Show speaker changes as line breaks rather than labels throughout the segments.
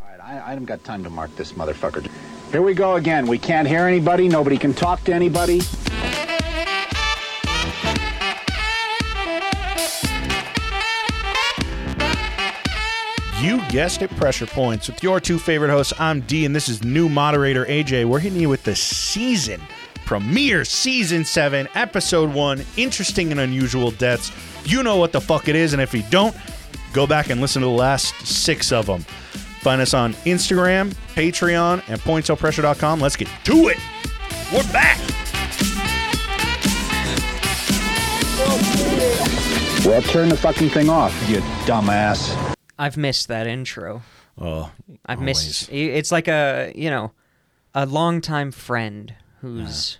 right, I, I haven't got time to mark this motherfucker. Here we go again. We can't hear anybody. Nobody can talk to anybody.
You guessed it, Pressure Points with your two favorite hosts. I'm D, and this is new moderator AJ. We're hitting you with the season premiere, season seven, episode one interesting and unusual deaths. You know what the fuck it is, and if you don't, go back and listen to the last six of them. Find us on Instagram, Patreon, and pointsopressure.com. Let's get to it. We're back.
Well, turn the fucking thing off, you dumbass.
I've missed that intro.
Oh,
I've missed. i- It's like a you know, a longtime friend who's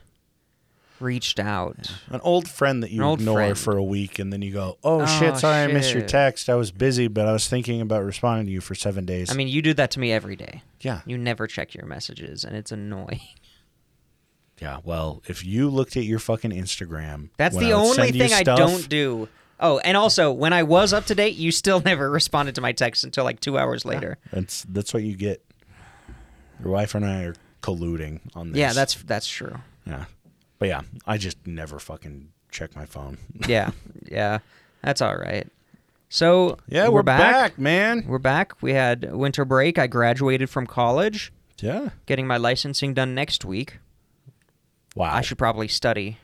reached out.
an old friend that you
An old
ignore
friend.
for a week and then you go, "Oh,
Oh,
shit, sorry I missed your
shit.
text. I was busy, but I was thinking about responding to you for 7 days."
I mean, you do that to me every day.
yeah.
You never check your messages, and it's annoying.
Yeah, well, if you looked at your fucking Instagram,
That's
when
the
would
only
send you
thing I
stuff-
don't do. Oh, and also, when I was up to date, you still never responded to my text until like two hours later.
That's that's what you get. Your wife and I are colluding on this.
Yeah, that's that's true.
Yeah. But yeah, I just never fucking check my phone.
Yeah, yeah, that's all right. So
yeah, we're, back, man.
We're back. We had winter break. I graduated from college.
Yeah.
Getting my licensing done next week.
Wow.
I should probably study.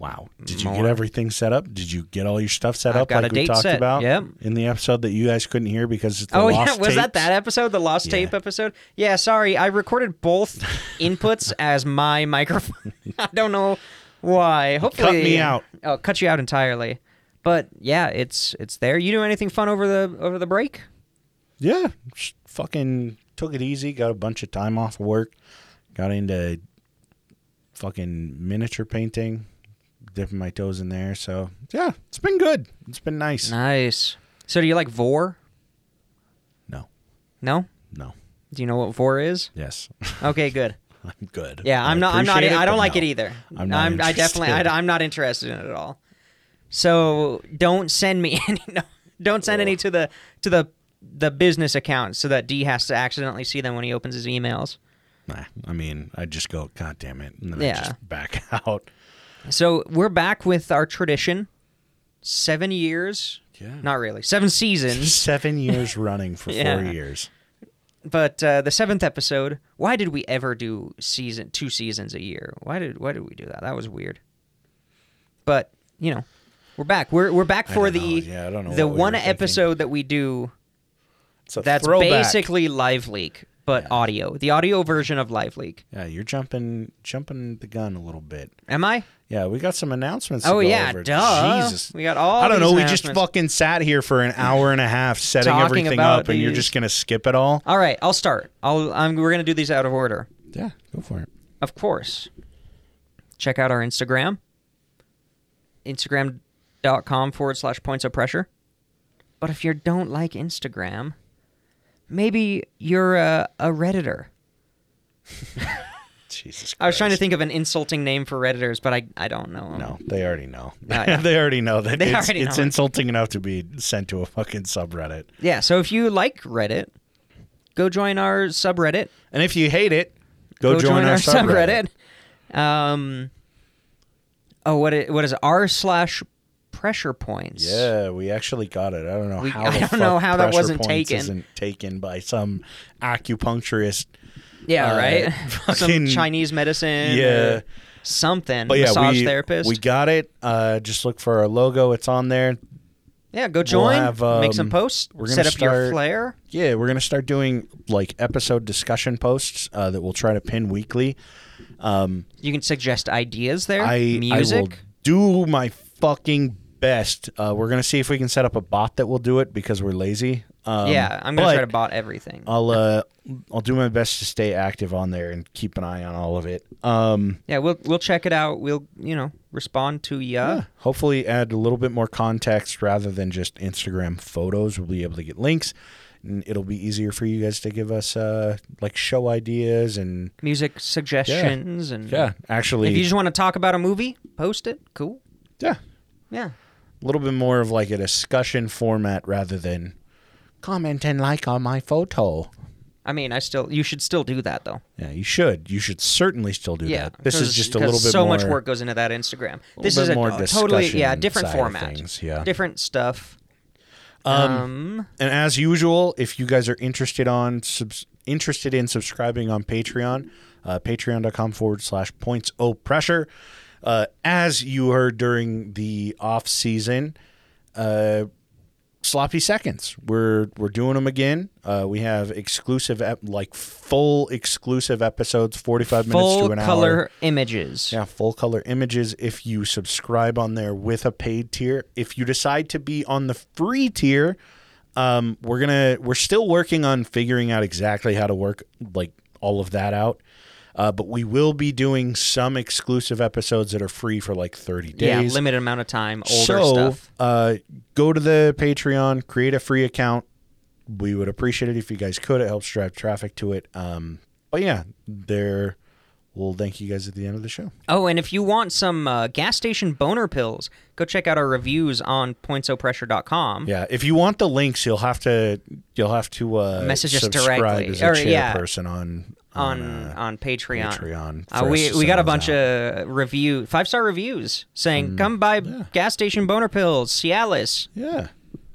Wow. Did you get
More.
everything set up? Did you get all your stuff set
I've
up
got
like
a
we
date
talked
set,
about
yep.
in the episode that you guys couldn't hear because it's the
oh yeah,
lost
was that
tapes?
that episode? The lost
Yeah.
tape episode? Yeah, sorry. I recorded both inputs as my microphone. I don't know why. Hopefully
me out.
Oh, cut you out entirely. But yeah, it's it's there. You do anything fun over the over the break?
Yeah. Just fucking took it easy, got a bunch of time off work, got into fucking miniature painting, dipping my toes in there. So yeah, it's been good. It's been nice.
Nice. So do you like vor?
No.
No?
No.
Do you know what vor is?
Yes.
Okay, good.
I'm good.
Yeah,
I
I'm not. I'm not.
appreciate
I don't
but
like
no.
it either.
I'm not
i definitely.
interested.
I, am not interested in it at all. So don't send me any. No, don't send any to the to the the business account so that D has to accidentally see them when he opens his emails.
Nah, I mean, I just go, God damn it. And then I
Yeah.
just back out.
So we're back with our tradition. Seven years.
Yeah.
Not really. Seven seasons.
Seven years running for
Yeah.
four years.
but uh, the seventh episode. Why did we ever do season two seasons a year? Why did why did we do that? That was weird. But you know, we're back. We're we're back
I
for
don't
the
know. Yeah, I don't know
the
what we
one
were thinking.
episode that we do
It's a
that's
throwback.
basically Live Leak but audio, the audio version of Live Leak.
Yeah, you're jumping jumping the gun a little bit.
Am I?
Yeah, we got some announcements. to
Oh
go
yeah,
over.
duh.
Jesus,
We got all.
I don't
these
know. We just
announcements.
fucking sat here for an hour and a half setting
Talking
everything
about
up, and you're
these.
just gonna skip it all.
All right, I'll start. I'll. I'm, we're gonna do these out of order.
Yeah, go for it.
Of course. Check out our Instagram. Instagram.com forward slash points of pressure. But if you don't like Instagram, maybe you're a, a Redditor.
Jesus. Christ.
I was trying to think of an insulting name for Redditors, but I, I don't know.
No, they already know.
Oh, yeah.
they already know that
They
it's,
already
it's
know.
insulting enough to be sent to a fucking subreddit.
Yeah, so if you like Reddit, go join our subreddit.
And if you hate it, go, join, our, subreddit.
subreddit. Um, oh, what it, what is it? R slash pressure points.
Yeah, we actually got it. I don't know
We-
how.
I
the
don't
fuck
know how that
Pressure
wasn't
Points
taken.
Isn't taken by some acupuncturist.
Yeah,
Uh,
right.
fucking-
Some Chinese medicine.
Yeah.
or something.
But yeah,
massage
we,
therapist.
We got it. Uh, just look for our logo. It's on there.
yeah, go join.
have,
make some
um,
posts.
we're gonna
set up
start-
your flair.
Yeah, we're gonna start doing like episode discussion posts uh, that we'll try to pin weekly.
You can suggest ideas there.
I
Music.
I will do my fucking best. Uh, we're gonna see if we can set up a bot that will do it because we're lazy. Um,
yeah, I'm gonna
but
try to bot everything.
I'll uh, I'll do my best to stay active on there and keep an eye on all of it. Um,
yeah, we'll we'll check it out. We'll you know respond to ya.
yeah, hopefully add a little bit more context rather than just Instagram photos. We'll be able to get links, and it'll be easier for you guys to give us uh, like show ideas and
music suggestions and If you
actually,
just want to talk about a movie, post it. Cool.
yeah,
Yeah.
a little bit more of like a discussion format rather than comment and like on my photo.
I mean, I still you should still do that though.
Yeah, you should. You should certainly still do
Yeah,
that. This is
'cause-
just a
'cause
little bit
so
more.
much work goes into that Instagram. This
bit
is a
more
a totally yeah
discussion
different
side of
format,
things, yeah.
different stuff. um
And as usual, if you guys are interested on subs- interested in subscribing on Patreon, uh, patreon.com forward slash points o pressure. Uh, as you heard during the off season, uh, sloppy seconds. We're we're doing them again. Uh, we have exclusive ep- like full exclusive episodes, forty five minutes
full
to an
color
hour.
images.
Yeah, full color images if you subscribe on there with a paid tier. If you decide to be on the free tier, um, we're gonna we're still working on figuring out exactly how to work like all of that out. Uh, but we will be doing some exclusive episodes that are free for like 30
Yeah,
days.
limited amount of time, older
so,
stuff.
Uh, go to the Patreon, create a free account. We would appreciate it if you guys could. It helps drive traffic to it. Um, but yeah, there. We'll thank you guys at the end of the show.
Oh, and if you want some uh, gas station boner pills, go check out our reviews on pointsopressure.com.
Yeah, if you want the links, you'll have to you'll have to uh,
Message us
subscribe
directly.
as a
Or,
chair
yeah.
person on
on
on.
on,
uh,
Patreon.
Patreon
Uh,
for us
we
to
we
send
got a
those
bunch of review five star reviews saying
Mm.
come buy gas station boner pills, Cialis.
yeah,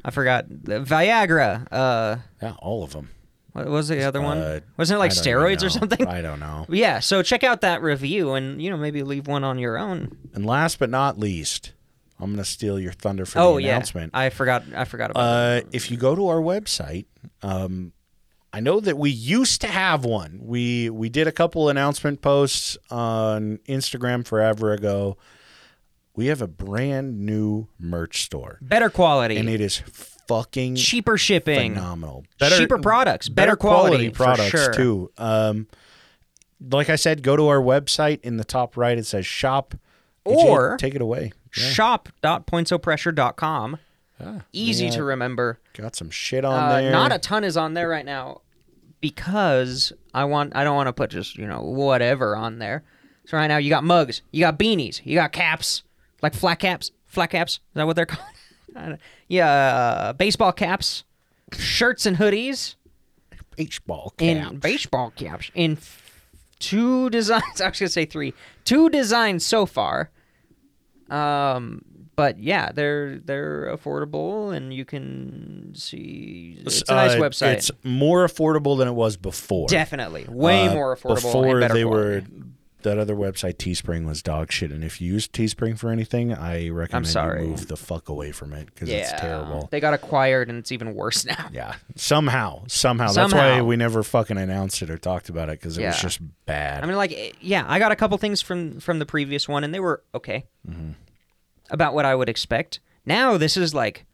I forgot the Viagra. Uh,
yeah, all of them.
what was the other
Uh,
one? Wasn't it like
I don't even
steroids or
know.
something?
I don't know.
Yeah. So check out that review and you know maybe leave one on your own.
And last but not least, I'm gonna steal your thunder for
Oh
the
yeah,
announcement.
I forgot. I forgot about. that.
Uh, if you go to our website, um, I know that we used to have one. We we did a couple announcement posts on Instagram forever ago. We have a brand new merch store,
Better quality,
and it is fucking
cheaper shipping.
phenomenal.
Cheaper products, better quality, for
products
sure.
too. Um, like I said, go to our website. In the top right, it says shop. AJ,
Or-
take it away. Yeah,
Shop.pointsopressure.com. Easy to remember.
got some shit on
Uh,
there.
Not a ton is on there right now because I want I don't want to put just you know whatever on there. So right now you got mugs, you got beanies, you got caps, like flat caps, flat caps. Is that what they're called? I don't- yeah, uh, baseball caps, shirts and hoodies,
beach ball
and
cap.
baseball caps in f- two designs. I was gonna say three, two designs so far. Um, but yeah, they're they're affordable, and you can see it's a nice
Uh,
website.
It's more affordable than it was before.
Definitely, way
Uh,
more affordable.
Before
and better
they
quality.
were, that other website Teespring was dog shit, and if you use Teespring for anything, I recommend
sorry.
you move the fuck away from it because
yeah,
it's terrible.
They got acquired, and it's even worse now.
Yeah, somehow, somehow, that's
Somehow.
why we never fucking announced it or talked about it because it was
Yeah.
just bad.
I mean, like, eh, yeah, I got a couple things from from the previous one, and they were okay,
Mm-hmm.
about what I would expect. Now this is like,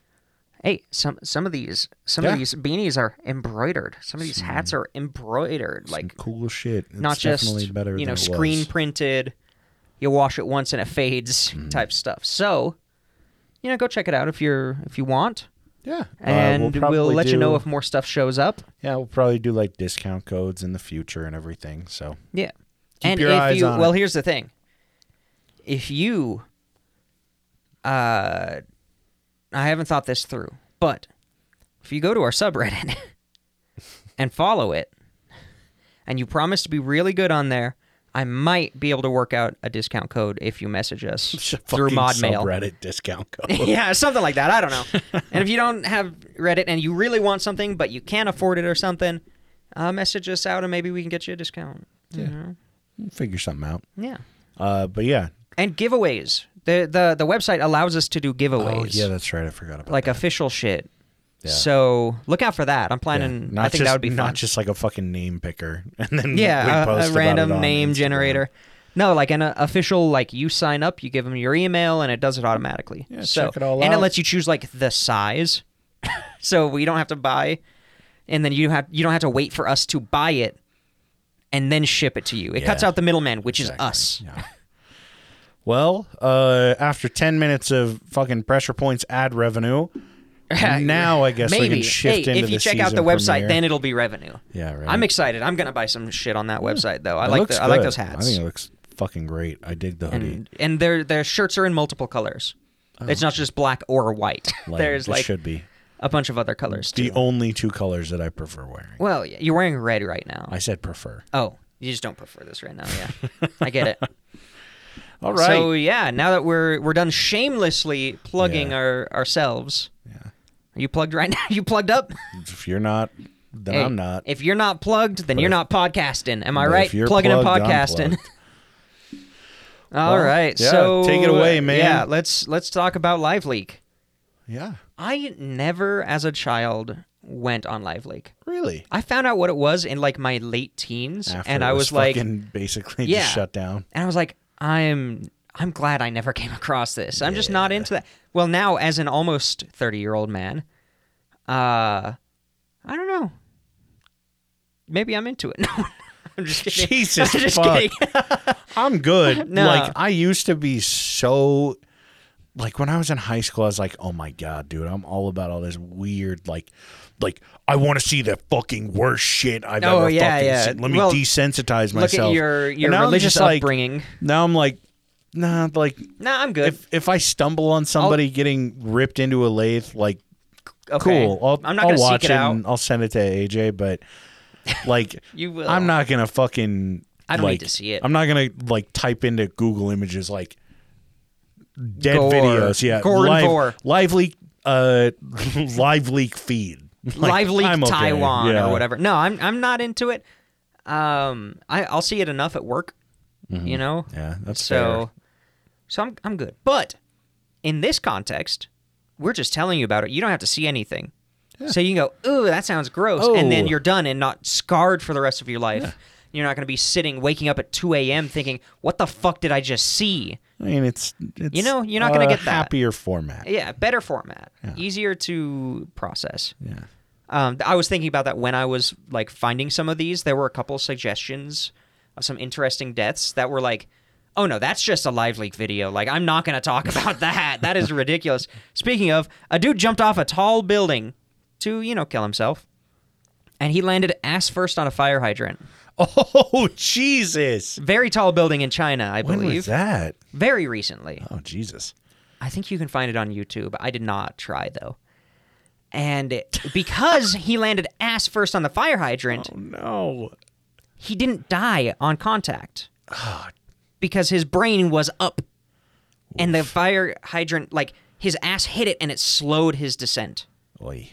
hey, some some of these some
Yeah.
of these beanies are embroidered. Some of these hats are embroidered, like
cool shit. It's
not
definitely
just
better
you know
than it
screen
was.
printed. You wash it once and it fades
Mm-hmm.
type stuff. So, you know, go check it out if you're if you want.
Yeah, Uh,
and we'll,
probably
let you know
do-
if more stuff shows up.
yeah we'll probably do like discount codes in the future and everything. So
Yeah.
Keep
and
your
if
eyes
you
on
well,
it.
here's the thing. If you uh I haven't thought this through, but if you go to our subreddit and follow it and you promise to be really good on there, I might be able to work out a discount code if you message us through
Fucking
mod mail.
subreddit discount code.
yeah, something like that. I don't know. and if you don't have Reddit and you really want something but you can't afford it or something, uh, message us out and maybe we can get you a discount. Yeah.
We'll figure something out.
Yeah.
Uh, but yeah,
And giveaways. The the the website allows us to do giveaways.
oh yeah, that's right. I forgot about
like
that.
official shit.
Yeah.
So look out for that.
Yeah.
I'm planning.
not
I think
just,
that would be fun.
not just like a fucking name picker and then we
yeah,
post
a-
about
a,
it
random
on
name
Instagram.
generator. No, like an uh, official. Like you sign up, you give them your email, and it does it automatically.
Yeah,
so
check it all
and it
out.
lets you choose like the size, so we don't have to buy, and then you have you don't have to wait for us to buy it, and then ship it to you. It cuts
Yeah.
out the middleman, which is us.
Yeah. Well, uh, after ten minutes of fucking pressure points ad revenue, now I guess we
Maybe
can shift into
hey, if
the
you check out
season
the website,
premiere.
then it'll be revenue.
Yeah, right.
I'm excited. I'm gonna buy some shit on that website though. I
It
like
looks
the, I like
good.
those
I
hats.
think it looks fucking great. I dig the hoodie.
And, and their their shirts are in multiple colors. It's not just black or white.
Like,
There's
it
like
should be.
a bunch of other colors too.
The only two colors that I prefer wearing.
well, yeah, you're wearing red right now.
I said prefer.
oh, you just don't prefer this right now. Yeah, I get it.
All right.
So yeah, now that we're we're done shamelessly plugging
Yeah.
our ourselves. Yeah. Are you plugged right now? You plugged up?
if you're not, then
Hey,
I'm not.
If you're not plugged, then you're not podcasting. Am I
but
right?
if you're
Plugging
plugged, I'm
and podcasting.
plugged.
All right.
Well, yeah,
So
take it away,
uh,
man.
Yeah, let's let's talk about Live Leak.
yeah.
I never as a child went on Live Leak.
Really.
I found out what it was in like my late teens
After
and
it
I was, like and
fucking basically
Yeah.
just shut down.
I was like I'm I'm glad I never came across this. I'm just not into that. Well, now as an almost 30-year-old man, uh I don't know. Maybe I'm into it. No. I'm just kidding.
Jesus
I'm just
fuck.
kidding.
I'm good.
No.
Like I used to be so like when I was in high school, I was like, oh my god, dude, I'm all about all this weird like like I want to see the fucking worst shit I've
Oh,
ever
yeah,
fucking
yeah.
seen. Let me
Well,
desensitize
Look
myself.
at your
And
your
now I'm
religious
just like-
upbringing.
now I'm like, nah, like
Nah, I'm good.
if if I stumble on somebody getting ripped into a lathe, like
okay.
cool. I'll,
I'm not
I'll
gonna
watch
seek it out.
and I'll send it to AJ, but like
You will.
I'm not gonna fucking.
I don't need
like,
to see it.
I'm not gonna like type into Google Images like dead
Gore.
videos. Yeah,
Gore and
live,
Vore.
live leak, uh, live leak feed, Like,
Live Leak
I'm okay,
Taiwan
yeah.
or whatever. No, I'm I'm not into it. Um, I I'll see it enough at work. You know.
Mm-hmm. Yeah, that's
So, so I'm I'm good. But in this context, we're just telling you about it. You don't have to see anything. So you can go, ooh, that sounds gross, and then
Oh.
you're done and not scarred for the rest of your life. You're not going to be sitting, waking up at 2 a.m. thinking, "What the fuck did I just see?"
I mean, it's, it's
know, you're not gonna
a
get that.
happier format.
Yeah, better format, easier to process.
Yeah.
Um, th- I was thinking about that when I was like finding some of these. There were a couple suggestions of some interesting deaths that were like, "Oh no, that's just a live leak video. Like I'm not going to talk about that. That is ridiculous." Speaking of, a dude jumped off a tall building to you know kill himself, and he landed ass first on a fire hydrant.
Oh Jesus!
Very tall building in China, I
When
believe.
was that?
Very recently.
Oh Jesus!
I think you can find it on YouTube. I did not try though. And it- because he landed ass first on the fire hydrant,
Oh, No.
he didn't die on contact. Because his brain was up. And the fire hydrant like his ass hit it and it slowed his descent.
Oy.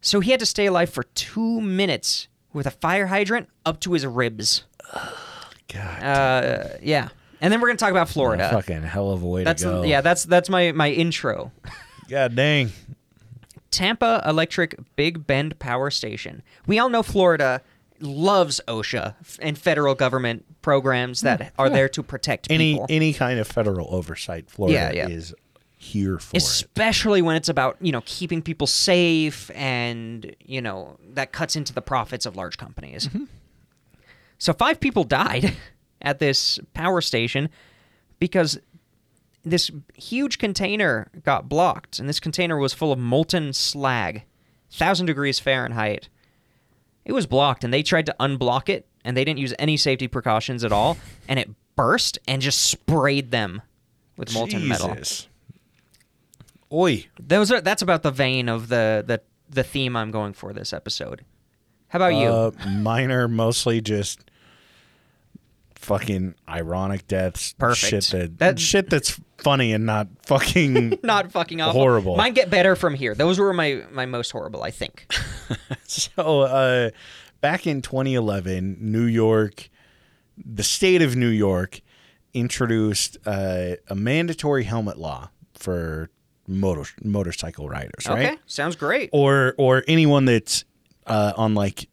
So he had to stay alive for 2 minutes with a fire hydrant up to his ribs.
God.
Uh, yeah. And then we're going to talk about Florida.
fucking hell of a way
that's
to go.
yeah, that's that's my my intro.
God dang.
Tampa Electric Big Bend Power Station. We all know Florida loves OSHA f- and federal government programs that are there to protect
Hmm, Any
people.
any kind of federal oversight, Florida
Yeah, yeah.
is here for it.
Especially when it's about, you know, keeping people safe and, you know, that cuts into the profits of large companies.
Mm-hmm.
So five people died at this power station because this huge container got blocked and this container was full of molten slag, 1000 degrees Fahrenheit. It was blocked and they tried to unblock it and they didn't use any safety precautions at all and it burst and just sprayed them with molten metal.
Jesus. Oi.
Those are that's about the vein of the the the theme I'm going for this episode. How about you?
Uh, mine are mostly just fucking ironic deaths.
Perfect.
Shit that,
That-
shit that's funny and not fucking
Not fucking awful.
horrible.
Mine get better from here. Those were my my most horrible, I think.
So, uh, back in 2011, New York, the state of New York, introduced uh, a mandatory helmet law for motor motorcycle riders, right? Oh,
Okay, sounds great.
Or or anyone that's uh, on like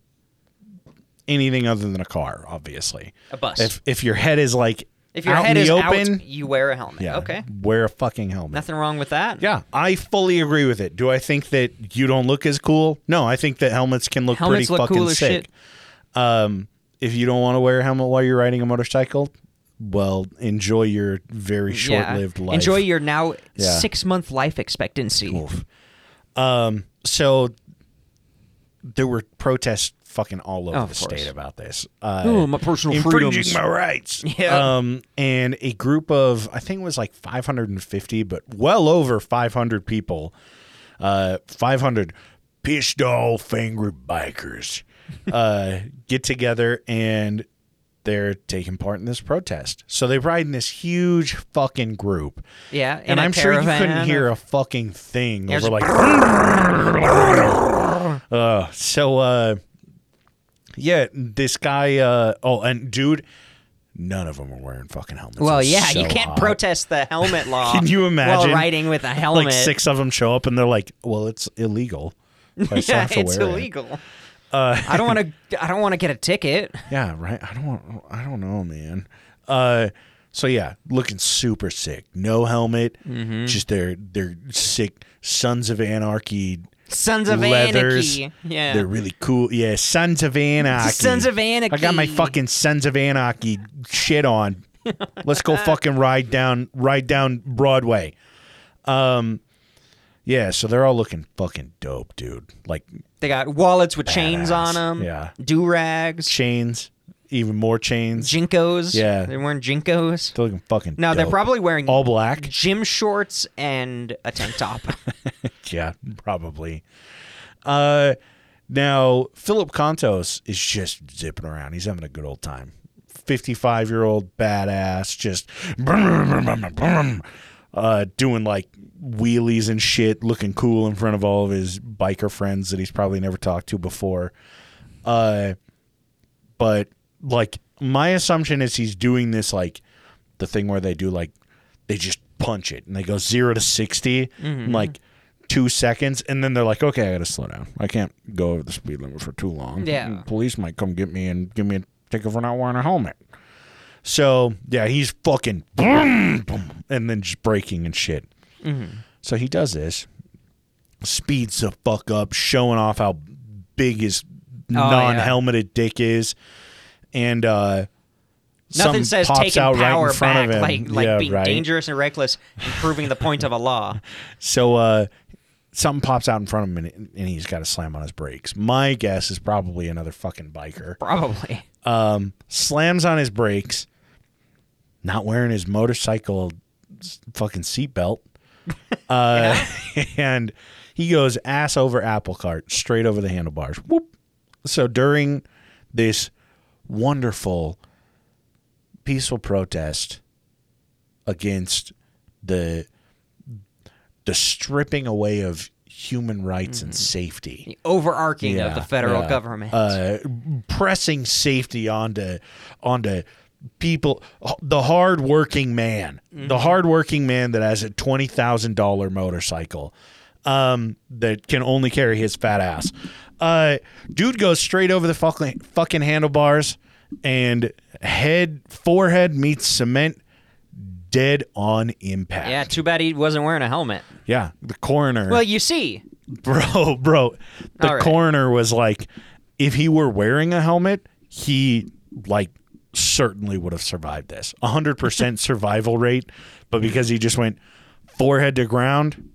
anything other than a car, obviously.
A bus.
If if your head is like
If your
out
head
in
is
the open,
out, you wear a helmet.
yeah,
Okay,
wear a fucking helmet.
nothing wrong with that.
Yeah, I fully agree with it. Do I think that you don't look as cool? No, I think that helmets can look
Helmets
pretty
look
fucking
cool as
sick.
shit.
Um, if you don't want to wear a helmet while you're riding a motorcycle, well, enjoy your very
Yeah.
short-lived life.
Enjoy your now
Yeah.
six month life expectancy.
Oof. Um, so there were protests fucking all over
Of
the
course.
state about this. Uh,
Ooh, my personal
infringing
freedoms.
my rights.
Yeah.
Um, and a group of I think it was like 550, but well over 500 people Uh, 500 pissed off angry bikers uh, get together and they're taking part in this protest. So they ride in this huge fucking group.
Yeah, in
and
a
I'm sure you couldn't
caravan.
hear a fucking thing
Yeah,
over like. uh, so uh, yeah, this guy. Uh, oh, and dude, none of them are wearing fucking helmets.
Well,
It's
yeah,
so
you can't
odd.
protest the helmet law.
Can you imagine?
While riding with a helmet.
Like six of them show up and they're like, "Well, it's illegal." But I still
yeah,
have to
it's
wear it." Uh,
illegal. I don't want to. I don't want to get a ticket.
Yeah, right. I don't. I don't know, man. Uh, so yeah, looking super sick. No helmet.
Mm-hmm.
Just their their sick Sons of Anarchy
Sons of
leathers.
Anarchy. Yeah.
They're really cool. Yeah, Sons of Anarchy.
Sons of Anarchy.
I got my fucking Sons of Anarchy shit on. Let's go fucking ride down ride down Broadway. Um yeah, so they're all looking fucking dope, dude. Like
They got wallets with chains
Badass.
on them.
Yeah.
Do rags.
chains, even more chains.
Jinkos.
Yeah.
They're wearing jinkos.
They're looking fucking
No, they're
dope.
probably wearing
all black.
gym shorts and a tank top.
Yeah, probably. Uh, now Philip Contos is just zipping around. He's having a good old time. Fifty-five-year-old badass, just brum, brum, brum, brum, brum, uh, doing like wheelies and shit, looking cool in front of all of his biker friends that he's probably never talked to before. Uh, but like my assumption is he's doing this like the thing where they do like they just punch it and they go zero to 60 in like two seconds and then they're like okay i gotta slow down i can't go over the speed limit for too long
Yeah.
police might come get me and give me a ticket for not wearing a helmet so yeah he's fucking boom, boom, and then just braking and shit so he does this speeds the fuck up showing off how big his
Oh,
non-helmeted dick is and uh
Nothing
something
says
pops
taking
out
power
right in front
back,
of him.
like like
Yeah,
being
right.
dangerous and reckless and proving the point of a law.
So uh, something pops out in front of him, and, and he's got to slam on his brakes. My guess is probably another fucking biker.
Probably.
Um, slams on his brakes, not wearing his motorcycle s- fucking seatbelt, uh, and he goes ass over apple cart, straight over the handlebars. Whoop. So during this wonderful peaceful protest against the the stripping away of human rights and safety
The overarching of the
yeah,
federal
yeah.
government.
Uh, pressing safety onto onto people, the hardworking man, the hardworking man that has a twenty thousand dollar motorcycle, um, that can only carry his fat ass. Uh, dude goes straight over the fucking fucking handlebars, and head forehead meets cement, dead on impact.
yeah, too bad he wasn't wearing a helmet.
yeah. The coroner
Well, you see,
bro, bro. The
All right.
coroner was like, if he were wearing a helmet, he like certainly would have survived this. hundred percent survival rate, but because he just went forehead to ground,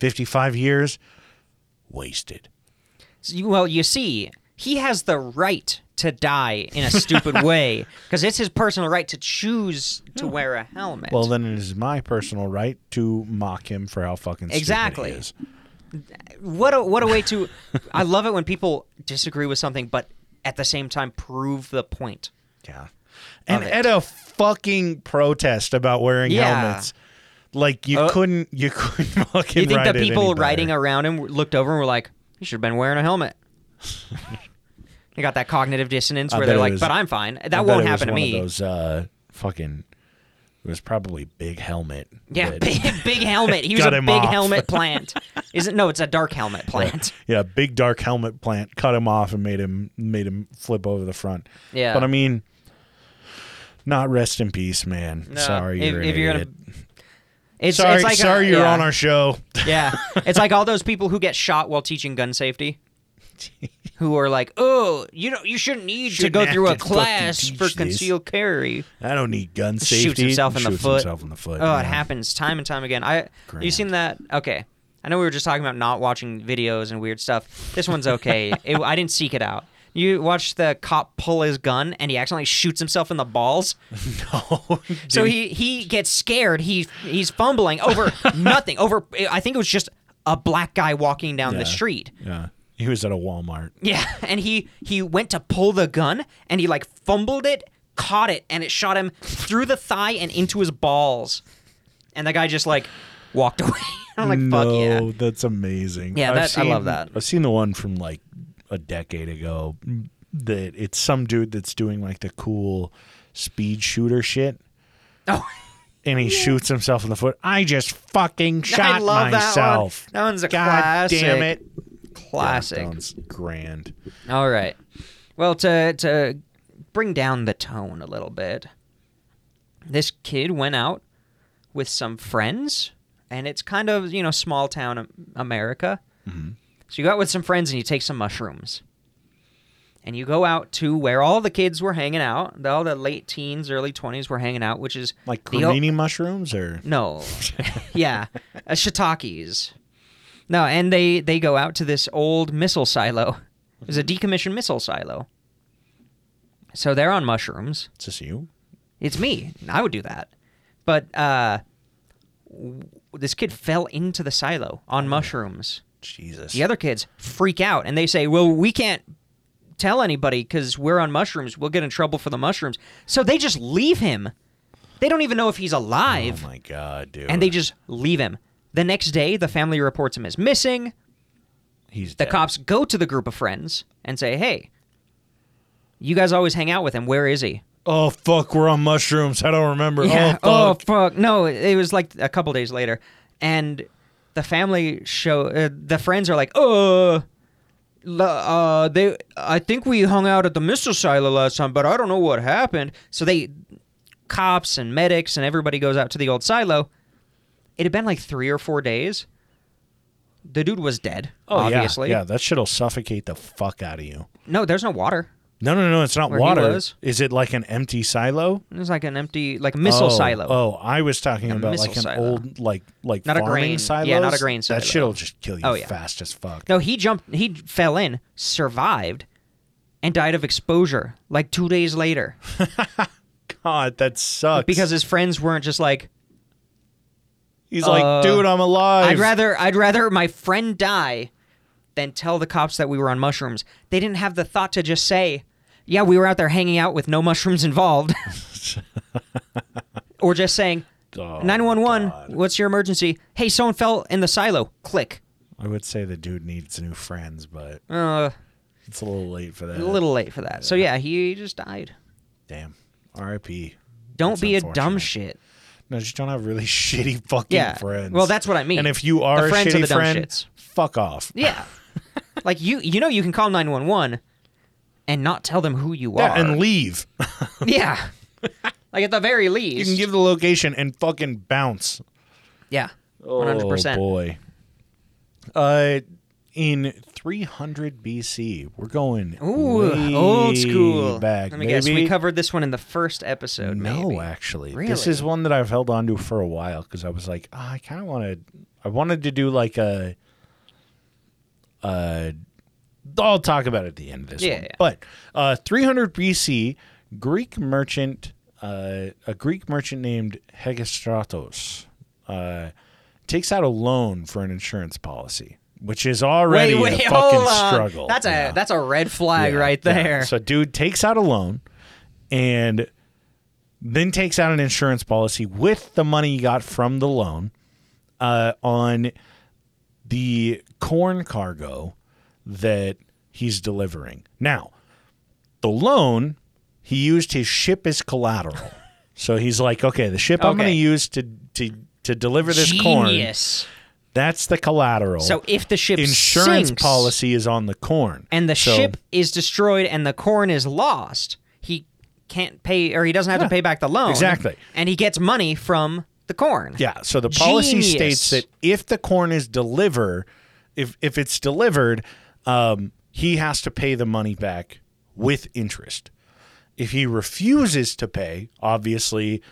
fifty-five years wasted.
well, you see, he has the right to die in a stupid way because it's his personal right to choose to wear a helmet.
Well, then it is my personal right to mock him for how fucking stupid
Exactly.
he is.
what a what a way to I love it when people disagree with something but at the same time prove the point.
Yeah. And
it.
at a fucking protest about wearing
Yeah.
helmets. Like you
Uh,
couldn't you couldn't fucking
Do you think
write
the
it
people
any better.
riding around him looked over and were like, "You should have been wearing a helmet." they got that cognitive dissonance
I bet
where they're
it
like,
was-
"But I'm fine. That
I bet
won't
it was
happen to
one of
me."
those uh, fucking. It was probably big helmet.
yeah,
that-
big, big helmet. He was
Cut
a
him
big
off.
helmet plant. Isn't no, it's a dark helmet plant.
yeah, big dark helmet plant cut him off and made him made him flip over the front.
Yeah.
but I mean, not rest in peace, man. sorry,
if-
you're an
if you're gonna-
idiot.
It's,
sorry,
it's like a-
sorry, you're
yeah.
on our show.
Yeah. It's like all those people who get shot while teaching gun safety. Who are like, oh, you know, you shouldn't need
Shouldn't
to go
have
through
to
a
fucking
class
teach
for
this."
concealed carry.
I don't need gun safety.
Shoots himself in the
Shoots
foot.
himself in the foot.
Oh,
yeah.
it happens time and time again. I you
Grand.
seen that? Okay, I know we were just talking about not watching videos and weird stuff. This one's okay. it, I didn't seek it out. You watch the cop pull his gun and he accidentally shoots himself in the balls.
No,
So
dude.
he he gets scared. He he's fumbling over nothing. Over I think it was just a a black guy walking down
Yeah.
the street.
Yeah. He was at a Walmart.
Yeah, and he he went to pull the gun and he like fumbled it, caught it, and it shot him through the thigh and into his balls. And the guy just like walked away. I'm like, fuck yeah.
No, that's amazing.
Yeah,
I've
that- I love
seen-
that.
I've seen the one from like a decade ago that it's some dude that's doing like the cool speed shooter shit.
Oh,
and he shoots himself in the foot. I just fucking shot
I love
myself.
that one. That one's a
God
classic.
damn it.
Classic.
Sounds grand.
All right. Well, to to bring down the tone a little bit, this kid went out with some friends, and it's kind of you know small town Am- America. So you go out with some friends and you take some mushrooms, and you go out to where all the kids were hanging out. All the late teens, early twenties were hanging out, which is
Like
the o-
cremini mushrooms or
no. yeah. Uh, shiitakes. No, and they they go out to this old missile silo. It was a decommissioned missile silo. So they're on mushrooms.
it's just you?
It's me. I would do that. But uh w- this kid fell into the silo on mushrooms.
Jesus.
The other kids freak out and they say, "Well, we can't tell anybody cuz we're on mushrooms. We'll get in trouble for the mushrooms." So they just leave him. They don't even know if he's
Oh
alive
my god, dude.
and they just leave him. The next day, the family reports him as missing.
he's
The
dead.
cops go to the group of friends and say, "Hey, you guys always hang out with him. Where is he?"
Oh fuck, we're on mushrooms. I don't remember.
Oh
Oh fuck.
fuck. No, it was like a couple days later, and the family show. Uh, the friends are like, "Uh." l- Uh, they, I think we hung out at the missile silo last time, but I don't know what happened. So they, cops and medics and everybody goes out to the old silo. It had been like three or four days. The dude was dead.
Oh, yeah.
obviously.
Yeah, that shit'll suffocate the fuck out of you.
No, there's no water.
No, no, no, it's not
Where he
water.
was?
Is it like an empty silo?
It was like an empty, like missile
oh,
silo.
Oh, I was talking about
missile
like an
silo.
old like like
Not a
farming
grain-
silos.
yeah, not a grain silo.
That shit'll just kill you
Oh, yeah.
fast as fuck.
No, he jumped. He fell in, survived, and died of exposure like two days later
God, that sucks.
because his friends weren't just like,
he's
uh,
like, dude, I'm alive.
"I'd rather, I'd rather my friend die than tell the cops that we were on mushrooms." They didn't have the thought to just say, "Yeah, we were out there hanging out with no mushrooms involved," or just saying,
Oh, God.
"911, what's your emergency?" Hey, someone fell in the silo. Click.
I would say the dude needs new friends, but
Uh,
it's a little late for that.
a little late for that. So yeah, he just died.
Damn. R.I.P.
Don't
That's
be a dumb
unfortunate.
shit.
No, just don't have really shitty fucking
Yeah.
friends.
Well, that's what I mean.
And if you are
The
a
friends are
shitty
the dumb
friend,
shits.
fuck off.
Yeah. like you you know you can call 911 and not tell them who you
Yeah,
are.
and leave.
yeah. like at the very least.
you can give the location and fucking bounce.
Yeah. 100%.
Oh boy. Uh, in 300 BC, we're going way
Ooh, old school.
back.
Let me
baby.
guess. We covered this one in the first episode.
No,
maybe.
actually, this
Really?
is one that I've held on to for a while because I was like, "Ah, I kind of wanted, I wanted to do like a, uh, I'll talk about it at the end of this
Yeah,
one.
yeah.
But uh, 300 BC, Greek merchant, uh, a Greek merchant named Hegestratos, uh, takes out a loan for an insurance policy, which is already
Wait, wait,
a
hold
fucking
on.
struggle.
That's
Yeah.
a that's a red flag
Yeah,
right
yeah.
there.
So dude takes out a loan and then takes out an insurance policy with the money he got from the loan uh, on the corn cargo that he's delivering. Now, the loan he used his ship as collateral. so he's like, okay, the ship I'm going to
Okay.
use to to to deliver this corn,
Genius.
that's the collateral.
So if the ship
insurance
sinks,
policy is on the corn.
and the
So-
ship is destroyed and the corn is lost, he can't pay or he doesn't have to pay back the loan.
exactly.
And he gets money from the corn.
Yeah. So the policy
Genius.
states that if the corn is deliver, if if it's delivered, um, he has to pay the money back with interest. If he refuses to pay, obviously,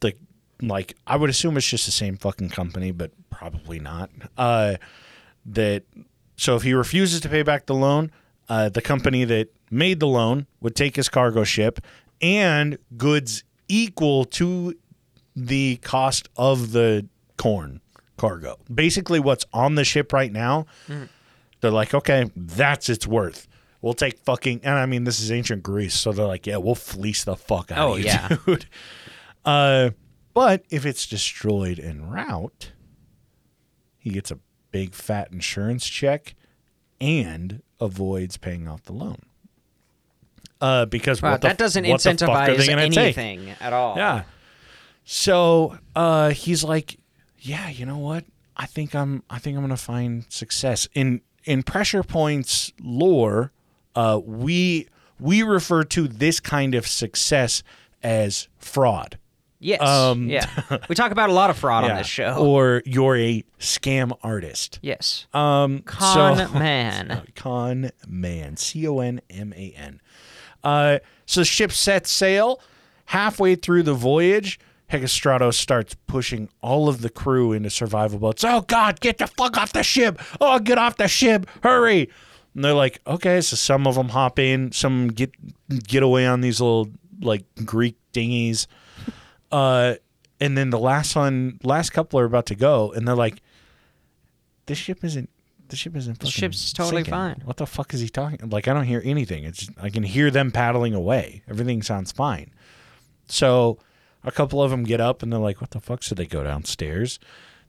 the like I would assume it's just the same fucking company, but probably not. Uh, that so if he refuses to pay back the loan, uh, the company that made the loan would take his cargo ship and goods equal to the cost of the corn cargo. Basically, what's on the ship right now, they're like, okay, that's its worth. We'll take fucking, and I mean, this is ancient Greece, so they're like, yeah, we'll fleece the fuck out
Oh,
of you,
yeah.
dude. Uh, but if it's destroyed en route, he gets a big fat insurance check and avoids paying off the loan. Uh, because
Wow,
what the
that
f-
doesn't
what the fuck are they
incentivize
gonna take?
anything at all.
Yeah. So uh, he's like, yeah, you know what? I think I'm. I think I'm gonna find success in in pressure points lore. Uh, we we refer to this kind of success as fraud.
Yes.
Um,
yeah. We talk about a lot of fraud
Yeah.
on this show.
or you're a scam artist.
yes.
Um,
Con
so-
man.
Con man. C O N M A N. Uh, so the ship sets sail. Halfway through the voyage, Hecastrato starts pushing all of the crew into survival boats. Oh God, get the fuck off the ship! Oh, get off the ship! Hurry! And they're like, okay. So some of them hop in, some get get away on these little like Greek dinghies. Uh, and then the last one, last couple are about to go, and they're like, "This ship isn't. This ship isn't. Fucking
ship's totally
sinking.
fine."
What the fuck is he talking? Like, I don't hear anything. It's I can hear them paddling away. Everything sounds fine. So, a couple of them get up, and they're like, "What the fuck?" So they go downstairs.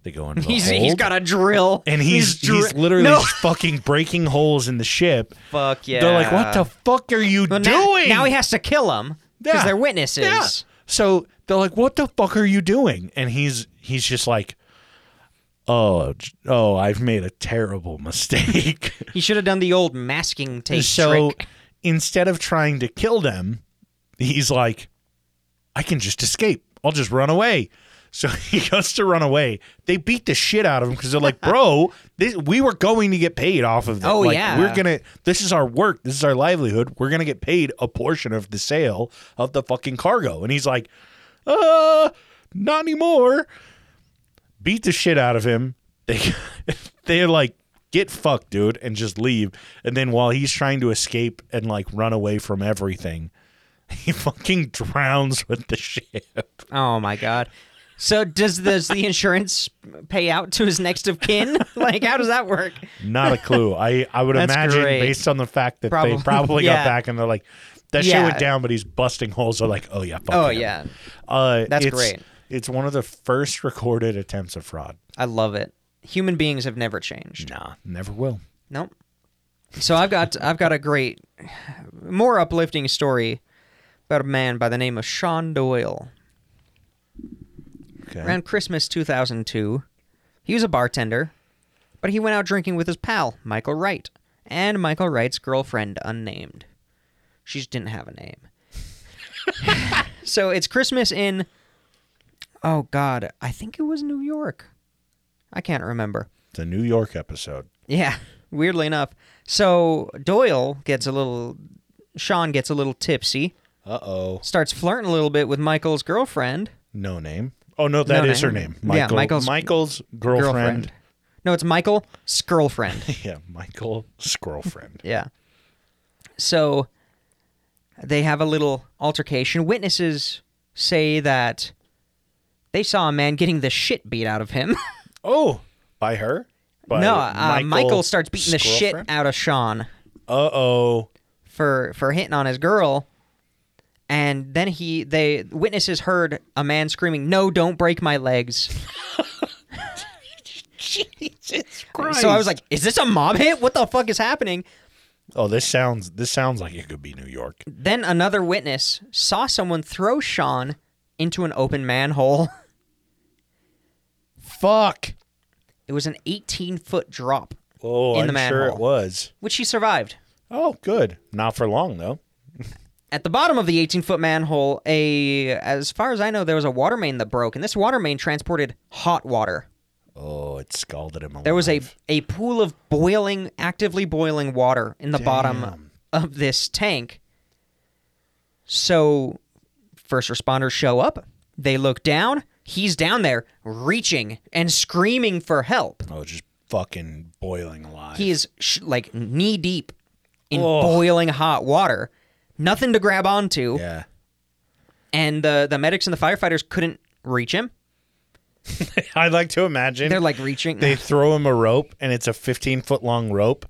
They go into the
He's, he's
hold,
got a drill.
and he's
dri-
he's literally
No.
just fucking breaking holes in the ship.
Fuck yeah.
They're like, "What the fuck are you
Well, now-
doing?"
Now he has to kill them because
Yeah.
they're witnesses.
Yeah. So they're like, "What the fuck are you doing?" And he's he's just like, "Oh, j- oh, I've made a terrible mistake."
He should have done the old masking tape
so
trick.
instead of trying to kill them, he's like, "I can just escape. I'll just run away." So he goes to run away. They beat the shit out of him because they're like, "Bro, this, we were going to get paid off of this.
Oh,
Like,
yeah.
we're gonna. This is our work. This is our livelihood. We're gonna get paid a portion of the sale of the fucking cargo." And he's like, "Uh, not anymore." Beat the shit out of him. They they like get fucked, dude, and just leave. And then while he's trying to escape and like run away from everything, he fucking drowns with the ship.
Oh my god. So does does the insurance pay out to his next of kin? like how does that work?
Not a clue. I I would
That's
imagine
great.
based on the fact that
Probably-
they probably got
yeah.
back and they're like, that shit
Yeah.
went down, but he's busting holes. They're like, oh yeah, fuck
Oh
him.
yeah.
Uh,
That's
it's-
great.
It's one of the first recorded attempts of fraud.
I love it. Human beings have never changed.
Nah, never will.
Nope. So I've got I've got a great more uplifting story about a man by the name of Sean Doyle.
Okay.
Around Christmas 2002, he was a bartender, but he went out drinking with his pal, Michael Wright, and Michael Wright's girlfriend, unnamed. She just didn't have a name. so it's Christmas in. Oh, God. I think it was New York. I can't remember.
the New York episode.
Yeah, weirdly enough. So Doyle gets a little. Sean gets a little tipsy,
Uh oh.
starts flirting a little bit with Michael's girlfriend.
No name. Oh no, that is
No
her
name.
name.
Yeah,
Michael,
Michael's
Michael's girlfriend.
No, it's Michael's girlfriend.
Yeah, Michael's girlfriend.
Yeah. So they have a little altercation. Witnesses say that they saw a man getting the shit beat out of him.
oh, by her? By
no, uh, Michael starts beating the shit out of Sean
Uh oh.
for for hitting on his girl. And then he they witnesses heard a man screaming, "No, don't break my legs."
Jesus
So I was like, "Is this a mob hit? What the fuck is happening?"
"Oh, this sounds this sounds like it could be New York."
Then another witness saw someone throw Sean into an open manhole.
Fuck.
It was an 18 foot drop,
Oh,
In
I'm
the
sure it
manhole.
was.
which he survived.
Oh, good. Not for long though.
At the bottom of the 18 foot manhole, a as far as I know, there was a water main that broke, and this water main transported hot water.
Oh, it scalded him alive.
There was a a pool of boiling, actively boiling water in the bottom of this tank. So, first responders show up. They look down. He's down there, reaching and screaming for help.
oh, just fucking boiling alive.
He is sh- like knee deep in
Oh.
boiling hot water, nothing to grab onto,
yeah.
and the the medics and the firefighters couldn't reach him.
I'd like to imagine
They're like reaching.
they throw him a rope and it's a 15 foot long rope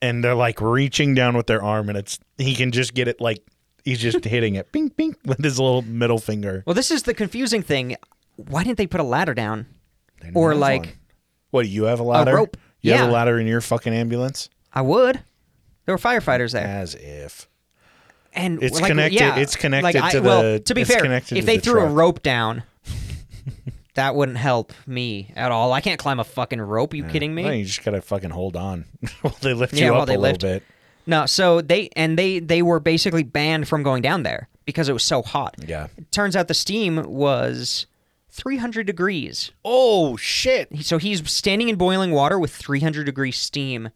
and they're like reaching down with their arm and it's he can just get it like he's just hitting it bing bing with his little middle finger
well, this is the confusing thing. Why didn't they put a ladder down? Or
have
like
one. what do you have a ladder
rope.
you have a
Yeah.
ladder in your fucking ambulance
I would. There were firefighters there.
as if
and
It's
like,
connected-
Yeah,
it's connected
like, I,
to
Well,
the-
to be
it's
fair,
connected
if
to
they
the
threw a
truck.
rope down, that wouldn't help me at all. I can't climb a fucking rope. you kidding me?
well, you just gotta fucking hold on while they lift
Yeah,
you
while
up
they
a
lift-
little bit
No. So they and they they were basically banned from going down there because it was so hot.
yeah
It turns out the steam was 300 degrees.
oh shit
So he's standing in boiling water with 300 degree steam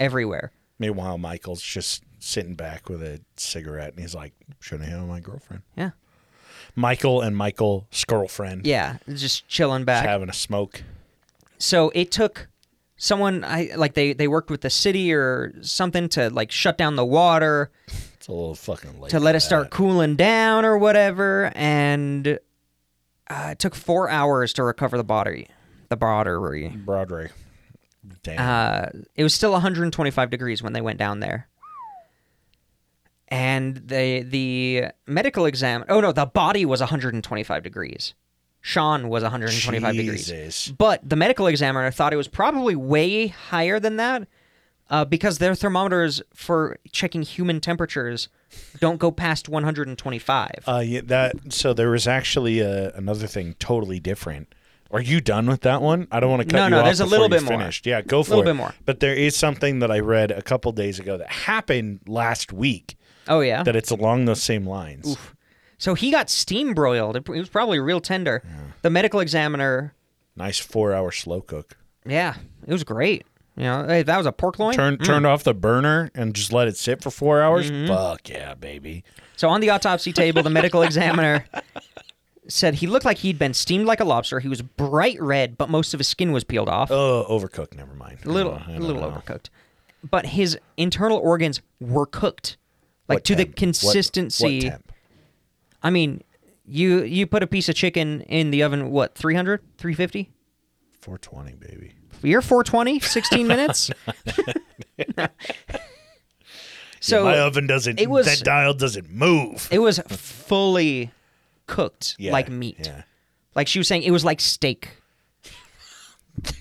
everywhere.
meanwhile michael's just sitting back with a cigarette and he's like shouldn't have handled my girlfriend
Yeah.
michael and michael's girlfriend
Yeah, just chilling back.
having a smoke
so it took someone I like they they worked with the city or something to like shut down the water
It's a little fucking late.
to let
for
it start
that.
cooling down or whatever and uh, it took 4 hours to recover the body the body.
Broadway. Damn.
Uh it was still 125 degrees when they went down there. And the the medical exam oh no, the body was 125 degrees. Sean was 125 degrees.
Jesus.
But the medical examiner thought it was probably way higher than that uh, because their thermometers for checking human temperatures don't go past 125.
Uh, yeah, that. So there was actually a, another thing totally different. Are you done with that one? I don't want to cut
No,
you
no,
off
there's a
before
little
you
bit more.
finished. Yeah, go for
Little
it.
bit more.
But there is something that I read a couple days ago that happened last week
oh, yeah.
that it's along those same lines.
so he got steam broiled. It was probably real tender. The medical examiner,
Nice four hour slow cook.
yeah, it was great. You know, hey, that was a pork loin.
Turn turned off the burner and just let it sit for four hours.
Mm-hmm.
Fuck yeah, baby.
So on the autopsy table, the medical examiner said he looked like he'd been steamed like a lobster. He was bright red, but most of his skin was peeled off.
Oh, overcooked. Never mind.
a little,
I
a
don't
little
know.
overcooked. But his internal organs were cooked, like
What
to
temp?
the
What-
consistency.
What, temp?
I mean, you you put a piece of chicken in the oven, what 300, 350?
420, baby.
You're 420, 16 minutes. so
my oven doesn't.
it was-
that dial doesn't move.
it was fully cooked
Yeah,
like meat.
yeah.
Like she was saying, it was like steak.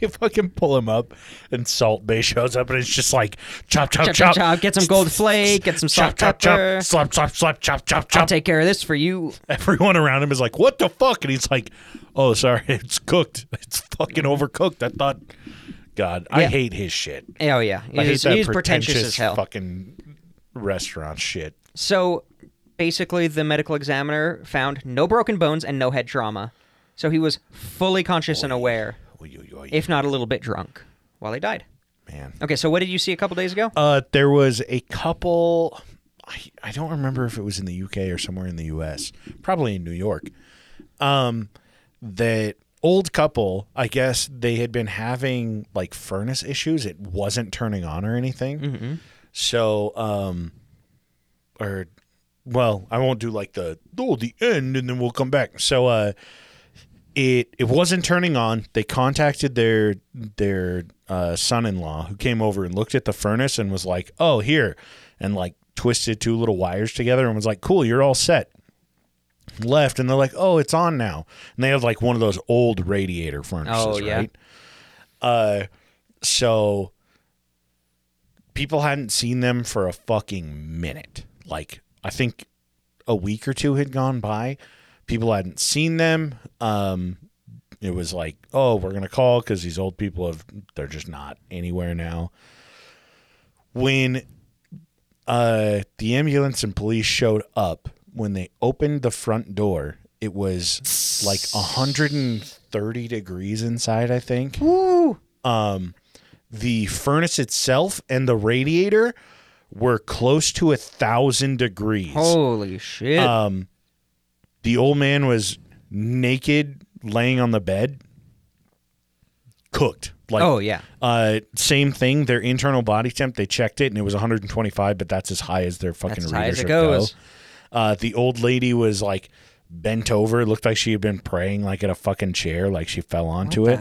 You fucking pull him up, and Salt Bay shows up, and it's just like chop, chop, chop,
Chop, chop, chop. Get some gold flake. Get some
chop, chop,
salt pepper.
chop, slap, slap, slap, chop, chop,
I'll
chop.
take care of this for you.
Everyone around him is like, "What the fuck?" And he's like, "Oh, sorry, it's cooked. It's fucking overcooked." I thought, God, I
Yeah.
hate his shit.
Oh yeah,
I hate
he's,
that
he's
pretentious,
pretentious as hell.
fucking restaurant shit.
So basically, the medical examiner found no broken bones and no head trauma. So he was fully conscious and aware,
Oy, oy, oy.
if not a little bit drunk, while he died.
Man,
Okay, so what did you see a couple days ago?
Uh, there was a couple. I, I don't remember if it was in the UK or somewhere in the US, probably in New York. Um, that old couple, I guess they had been having like furnace issues. It wasn't turning on or anything. So, um, or well, I won't do like the oh the end, and then we'll come back. So, uh, it it wasn't turning on. They contacted their their uh, son-in-law who came over and looked at the furnace and was like, "Oh, here," and like twisted two little wires together and was like, "Cool, you're all set." Left and they're like, "Oh, it's on now." And they have like one of those old radiator furnaces,
Oh, yeah.
right? Uh, so people hadn't seen them for a fucking minute. Like I think a week or two had gone by. People hadn't seen them. Um, it was like, oh, we're gonna call because these old people have they're just not anywhere now. When uh, the ambulance and police showed up, when they opened the front door, it was like 130 degrees inside. I think Um,
Woo!
the furnace itself and the radiator were close to a thousand degrees.
Holy shit!
uh, the old man was naked laying on the bed cooked like
oh yeah,
uh same thing their internal body temp they checked it and it was 125 but that's as high as their fucking
That's as
readers
high as it
would go.
goes.
uh the old lady was like bent over. It looked like she had been praying like at a fucking chair, like she fell onto it.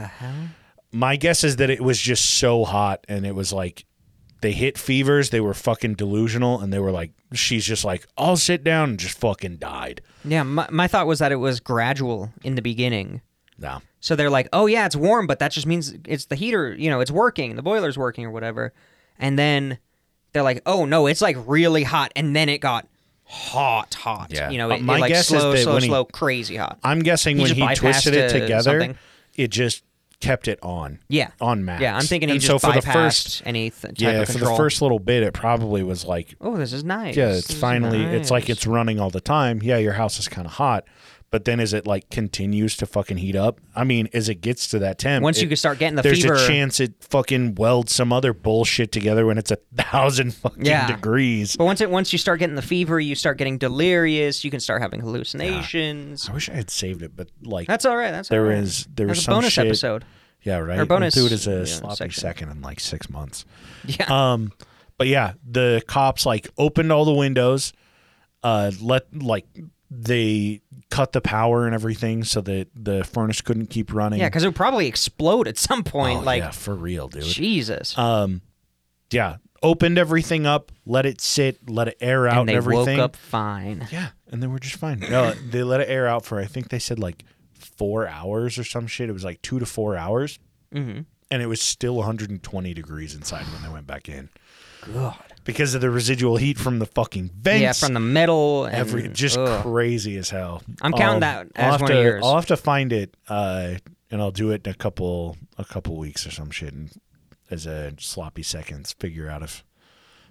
My guess is that it was just so hot and it was like they hit fevers, they were fucking delusional, and they were like, she's just like, I'll sit down and just fucking died.
Yeah, my, my thought was that it was gradual in the beginning.
No.
So they're like, oh, yeah, it's warm, but that just means it's the heater, you know, it's working, the boiler's working or whatever. And then they're like, oh, no, it's like really hot. And then it got hot, hot.
Yeah.
You know,
Uh,
it,
my
it, like
guess is
slow,
that
slow,
when he-
slow, crazy hot.
I'm guessing
He
when
just
he
bypassed
twisted it
it or
together,
something.
it just kept it on.
yeah.
On max.
Yeah, I'm thinking he
and
just
so for
bypassed
the first,
any th- type
yeah,
of
for the
control.
first little bit, it probably was like
oh, this is nice.
Yeah, it's
This is
finally it's like
nice.
it's running all the time. Yeah, your house is kind of hot, but then as it like continues to fucking heat up, I mean, as it gets to that temp,
Once
it-
you can start getting the
there's
fever-
a chance it fucking welds some other bullshit together when it's a thousand fucking
Yeah.
degrees.
But once it once you start getting the fever, you start getting delirious. You can start having hallucinations.
I wish I had saved it, but like
That's all right. That's
there
all right.
is there
That's
was
a
some
bonus
shit-
episode.
Yeah, right.
Or bonus,
We'll do it as a
yeah,
sloppy
section.
second in like six months.
Yeah.
Um, but yeah, the cops like opened all the windows, uh, let like they cut the power and everything so that the furnace couldn't keep running.
Yeah, because it would probably explode at some point.
Oh,
like
yeah, for real, dude.
Jesus.
yeah, opened everything up, let it sit, let it air out,
and
and,
they
everything.
woke up fine.
Yeah, and they were just fine. No, they let it air out for I think they said like four hours or some shit. It was like two to four hours,
Mm-hmm.
and it was still 120 degrees inside when they went back in
God.
because of the residual heat from the fucking vents.
Yeah, from the metal. And,
every just
ugh.
crazy as hell. Um,
I'm counting that
I'll
as
have
one
to,
of yours.
I'll have to find it, uh, and I'll do it in a couple a couple weeks or some shit, and as a sloppy seconds figure out if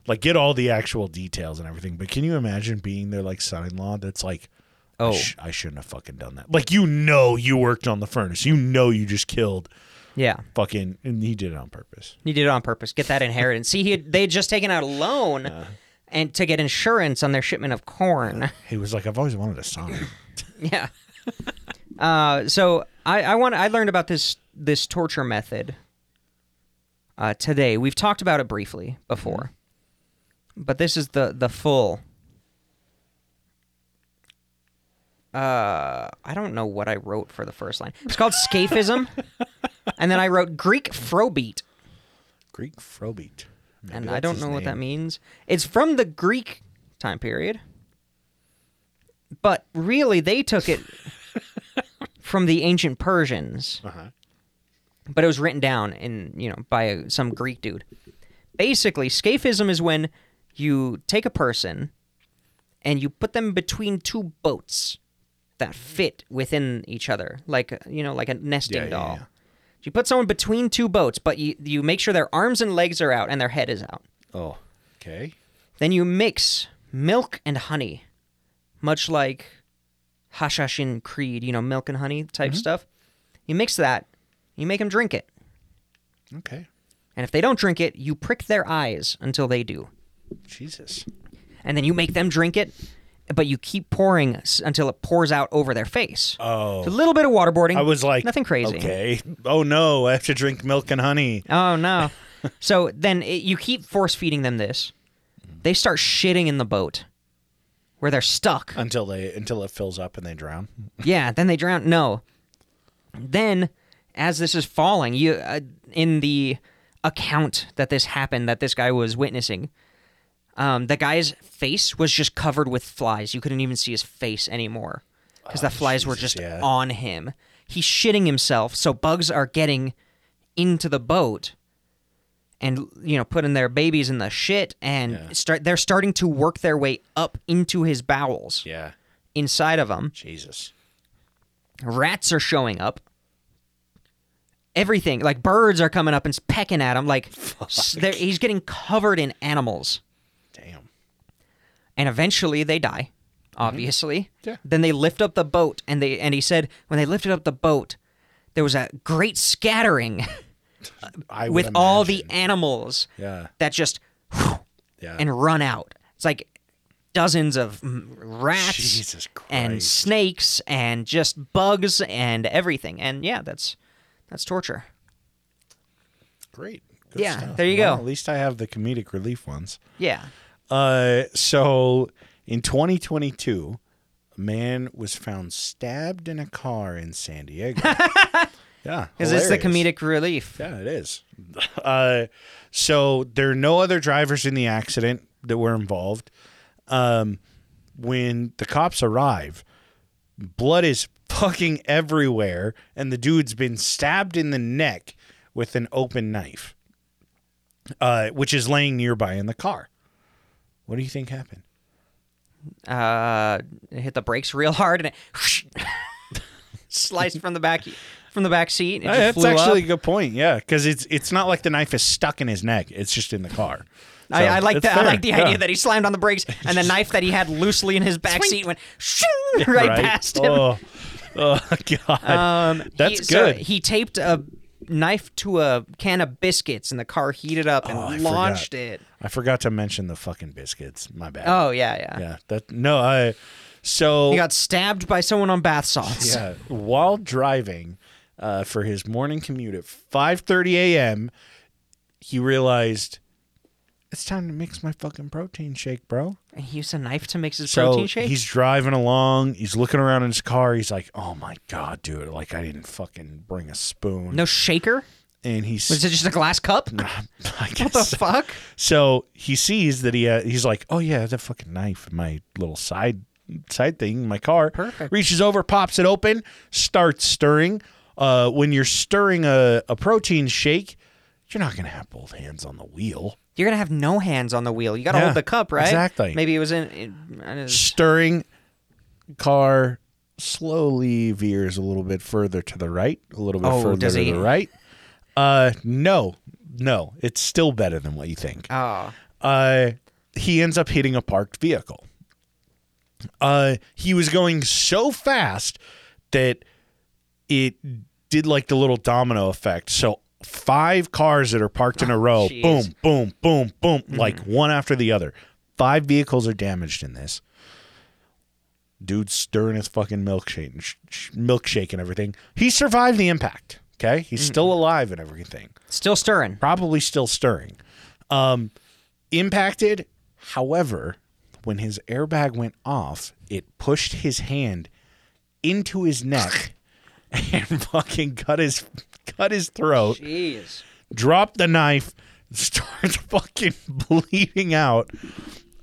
like get all the actual details and everything. But can you imagine being their like son-in-law? That's like. I,
Oh.
sh- I shouldn't have fucking done that. Like you know, you worked on the furnace. You know, you just killed
yeah.
fucking, and he did it on purpose.
He did it on purpose. Get that inheritance. See, he had, they had just taken out a loan and to get insurance on their shipment of corn.
He was like, "I've always wanted a son."
yeah. uh, so I, I want I learned about this this torture method uh, today. We've talked about it briefly before, but this is the the full. Uh, I don't know what I wrote for the first line. It's called scafism, and then I wrote Greek frobeat
Greek Frobeat, Maybe
and I
that's
don't
his
know what that
name.
means. It's from the Greek time period, but really they took it from the ancient Persians.
Uh-huh.
But it was written down in you know by a, some Greek dude. Basically, scaphism is when you take a person and you put them between two boats that
Mm.
fit within each other, like you know, like a nesting
Yeah, yeah,
doll.
yeah.
You put someone between two boats, but you you make sure their arms and legs are out and their head is out.
Oh, okay.
Then you mix milk and honey, much like Hashashin Creed, you know, milk and honey type
Mm-hmm.
stuff. You mix that, you make them drink it.
Okay.
And if they don't drink it, you prick their eyes until they do.
Jesus.
And then you make them drink it, but you keep pouring s- until it pours out over their face.
Oh.
It's a little bit of waterboarding.
I was like,
nothing crazy.
Okay. Oh no, I have to drink milk and honey.
Oh no. so then it, you keep force feeding them this.
Mm-hmm.
They start shitting in the boat where they're stuck.
Until they until it fills up and they drown.
yeah, then they drown. No. Then as this is falling, you uh, in the account that this happened that this guy was witnessing, um, the guy's face was just covered with flies. You couldn't even see his face anymore because the flies were
Oh, Jesus,
just
yeah.
on him. He's shitting himself, so bugs are getting into the boat and you know putting their babies in the shit and start they're starting to work their way up into his bowels
Yeah.
inside of him
Jesus.
rats are showing up. Everything like birds are coming up and s- pecking at him. Like s- they're- he's getting covered in animals,
Damn.
and eventually they die. Obviously,
Mm-hmm. Yeah.
Then they lift up the boat, and they and he said when they lifted up the boat, there was a great scattering
I would
with all the
imagine.
animals
Yeah.
that just
Yeah.
and run out. It's like dozens of mm, rats
Jesus
and
Christ.
snakes and just bugs and everything. And yeah, that's that's torture.
great.
Yeah, there you
Well,
go.
At least I have the comedic relief ones.
Yeah.
Uh, so in 2022, A man was found stabbed in a car in San Diego. yeah.
Is this the
hilarious.
comedic relief?
Yeah, it is. Uh, so there are no other drivers in the accident that were involved. Um, when the cops arrive, blood is fucking everywhere, and the dude's been stabbed in the neck with an open knife, uh, which is laying nearby in the car. What do you think happened?
Uh, it hit the brakes real hard and it sliced from the back from the back seat. It just
Uh, That's
flew
actually
up.
a good point. Yeah, because it's it's not like the knife is stuck in his neck; it's just in the car.
I,
So,
I like
it's
that. I
fair.
like the idea
Yeah.
that he slammed on the brakes and the knife that he had loosely in his back seat went right, past him. Um,
Oh, oh, God. That's
he, so
good.
he taped a knife to a can of biscuits and the car heated up and
Oh, I
launched
forgot.
it.
I forgot to mention the fucking biscuits. My bad.
Oh yeah, yeah,
Yeah. That no. I so
He got stabbed by someone on bath salts.
yeah. While driving uh, for his morning commute at 5:30 a.m., he realized it's time to mix my fucking protein shake, bro.
And He used a knife to mix his
So
protein shake.
he's driving along. He's looking around in his car. He's like, "Oh my god, dude! Like I didn't fucking bring a spoon."
no shaker.
And he's
Was it just a glass cup?
I guess
What the fuck?
So he sees that he uh, he's like, oh yeah, that fucking knife in my little side side thing in my car.
Perfect.
Reaches over, pops it open, starts stirring. Uh, when you're stirring a, a protein shake, you're not gonna have both hands on the wheel.
You're gonna have no hands on the wheel. You gotta
Yeah,
hold the cup, right?
exactly.
Maybe it was in. in- I don't know.
Stirring, car slowly veers a little bit further to the right, a little bit
Oh,
further
does
to
he-
the right. Uh, no, no, it's still better than what you think.
oh,
uh, he ends up hitting a parked vehicle. Uh, he was going so fast that it did like the little domino effect. So five cars that are parked in a row,
jeez.
boom, boom, boom, boom, like one after the other. Five vehicles are damaged in this. Dude's stirring his fucking milkshake, and sh- sh- milkshake and everything. He survived the impact. Okay, he's still alive and everything
still stirring.
probably still stirring. Um, impacted, however, when his airbag went off, it pushed his hand into his neck and fucking cut his cut his throat.
Jeez.
Dropped the knife, starts fucking bleeding out.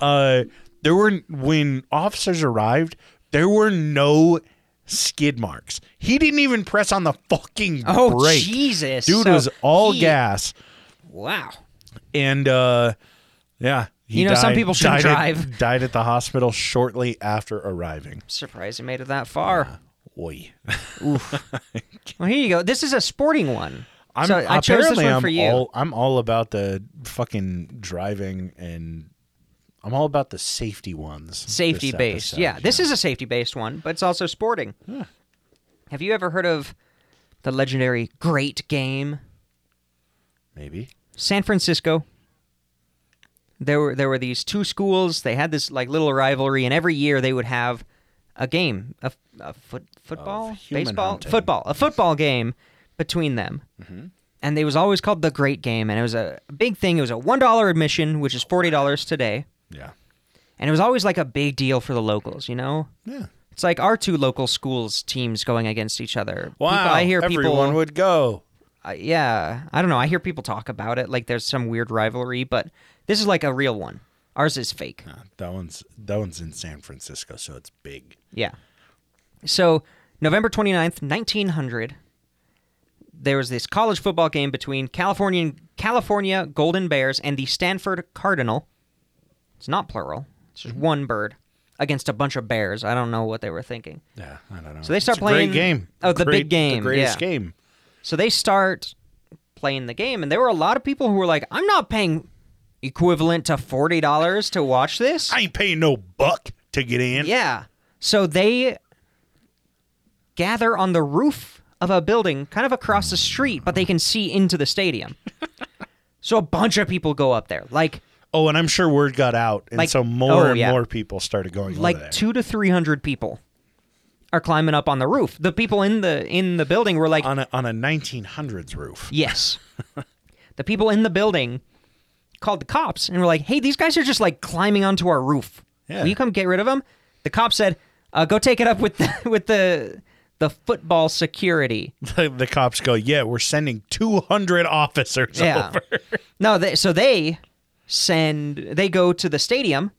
Uh, there were when officers arrived, there were no skid marks. He didn't even press on the fucking
Oh
brake.
Jesus,
Dude
So
was all
he-
gas
Wow.
and uh yeah he
You know, some people shouldn't
died at-
drive.
died at the hospital shortly after arriving
Surprised he made it that far.
Oy.
Well, here you go. This is a sporting one.
I'm,
so I chose this
apparently
one
I'm
for you.
all I'm all about the fucking driving and I'm all about the safety ones. this
safety based.
episode,
Yeah, this is a safety based one, but it's also sporting. Have you ever heard of the legendary Great Game?
maybe.
San Francisco. There were there were these two schools. They had this like little rivalry, and every year they would have a game, a, a foot, football,
human
baseball,
hunting. Mm-hmm.
football, a football game between them. And it was always called the Great Game, and it was a big thing. It was a one dollar admission, which is forty dollars today,
Yeah.
and it was always like a big deal for the locals. You know,
Yeah.
it's like our two local schools teams going against each other. People-
Wow.
I hear
everyone
people.
would go.
I- yeah, I don't know. I hear people talk about it like there's some weird rivalry, but this is like a real one. Ours is fake.
Uh, That one's that one's in San Francisco, so it's big.
Yeah. So, November 29th, 1900, there was this college football game between California California Golden Bears and the Stanford Cardinal. It's not plural. It's just one bird against a bunch of bears. I don't know what they were thinking.
Yeah, I don't know.
So they start
It's a great
playing-
game.
Oh, the
Great-
big game,
The greatest
yeah.
game.
So they start playing the game, and there were a lot of people who were like, "I'm not paying equivalent to forty dollars to watch this."
I ain't paying no buck to get in.
yeah. So they gather on the roof of a building, kind of across the street, but they can see into the stadium. so a bunch of people go up there, like
Oh, and I'm sure word got out, and
Like-
so more
oh,
and
yeah.
more people started going over there.
like two to three hundred people are climbing up on the roof. The people in the in the building were like,
on a on a 1900s roof.
Yes. the people in the building called the cops and were like, hey, these guys are just like climbing onto our roof.
Yeah.
Will you come get rid of them? The cop said, Uh, go take it up with the, with the the football security.
The, the cops go, yeah, we're sending 200 officers
Yeah.
over.
No, they, so they send they go to the stadium.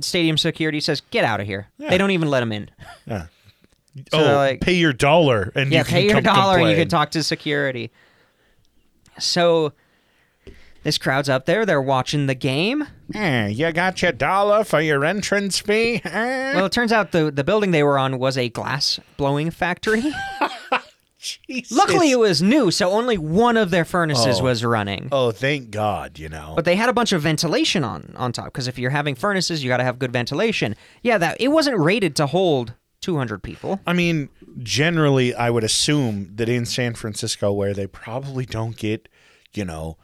Stadium security says, "Get out of here."
Yeah.
They don't even let them in. So
oh,
they're like-
pay your dollar and
yeah,
you can
pay your
come
dollar and you
complain.
can talk to security. So this crowd's up there. They're watching the game.
Eh, you got your dollar for your entrance fee? Eh?
Well, it turns out the the building they were on was a glass blowing factory.
Jesus.
Luckily, it was new, so only one of their furnaces
Oh.
was running.
Oh, thank God, you know.
But they had a bunch of ventilation on on top because if you're having furnaces, you got to have good ventilation. Yeah, that it wasn't rated to hold 200 people.
I mean, generally, I would assume that in San Francisco, where they probably don't get, you know,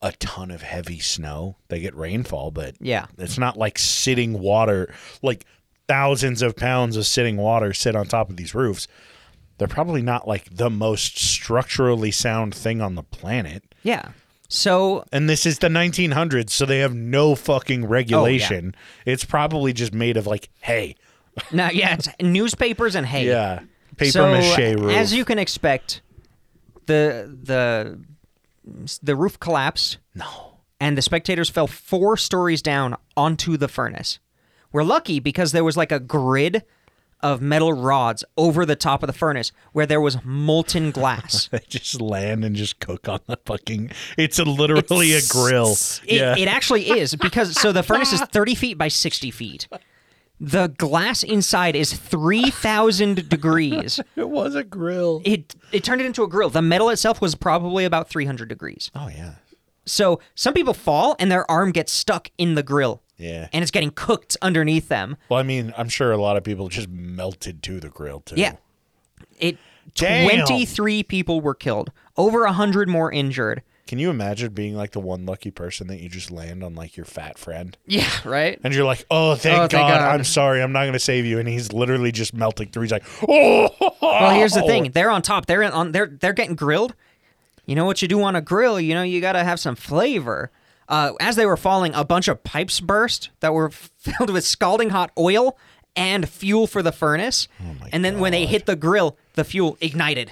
a ton of heavy snow, they get rainfall, but
Yeah.
it's not like sitting water, like thousands of pounds of sitting water sit on top of these roofs. They're probably not like the most structurally sound thing on the planet.
Yeah. So
And this is the 1900s, so they have no
Oh,
fucking regulation. It's probably just made of like, hey,
now, yeah, it's newspapers and hay.
yeah, paper
so,
mache roof.
As you can expect, the the the roof collapsed
no.
and the spectators fell four stories down onto the furnace. We're lucky because there was like a grid of metal rods over the top of the furnace where there was molten glass.
They just land and just cook on the fucking. It's a, literally a grill.
It,
yeah.
it actually is because so the furnace is 30 feet by 60 feet. The glass inside is 3,000 degrees.
it was a grill.
It it turned it into a grill. The metal itself was probably about 300 degrees.
Oh yeah.
So some people fall and their arm gets stuck in the grill.
Yeah.
And it's getting cooked underneath them.
Well, I mean, I'm sure a lot of people just melted to the grill too.
Yeah. It
Damn.
23 people were killed, over 100 more injured.
Can you imagine being like the one lucky person that you just land on like your fat friend?
Yeah, right?
And you're like, oh, thank,
Oh, thank
God,
God.
I'm sorry. I'm not going to save you. And he's literally just melting through. He's like, oh.
Well, here's the thing. They're on top. They're in, on they're they're getting grilled. You know what you do on a grill, you know, you got to have some flavor. Uh, as they were falling, a bunch of pipes burst that were filled with scalding hot oil and fuel for the furnace.
Oh
and then when they hit the grill, the fuel ignited.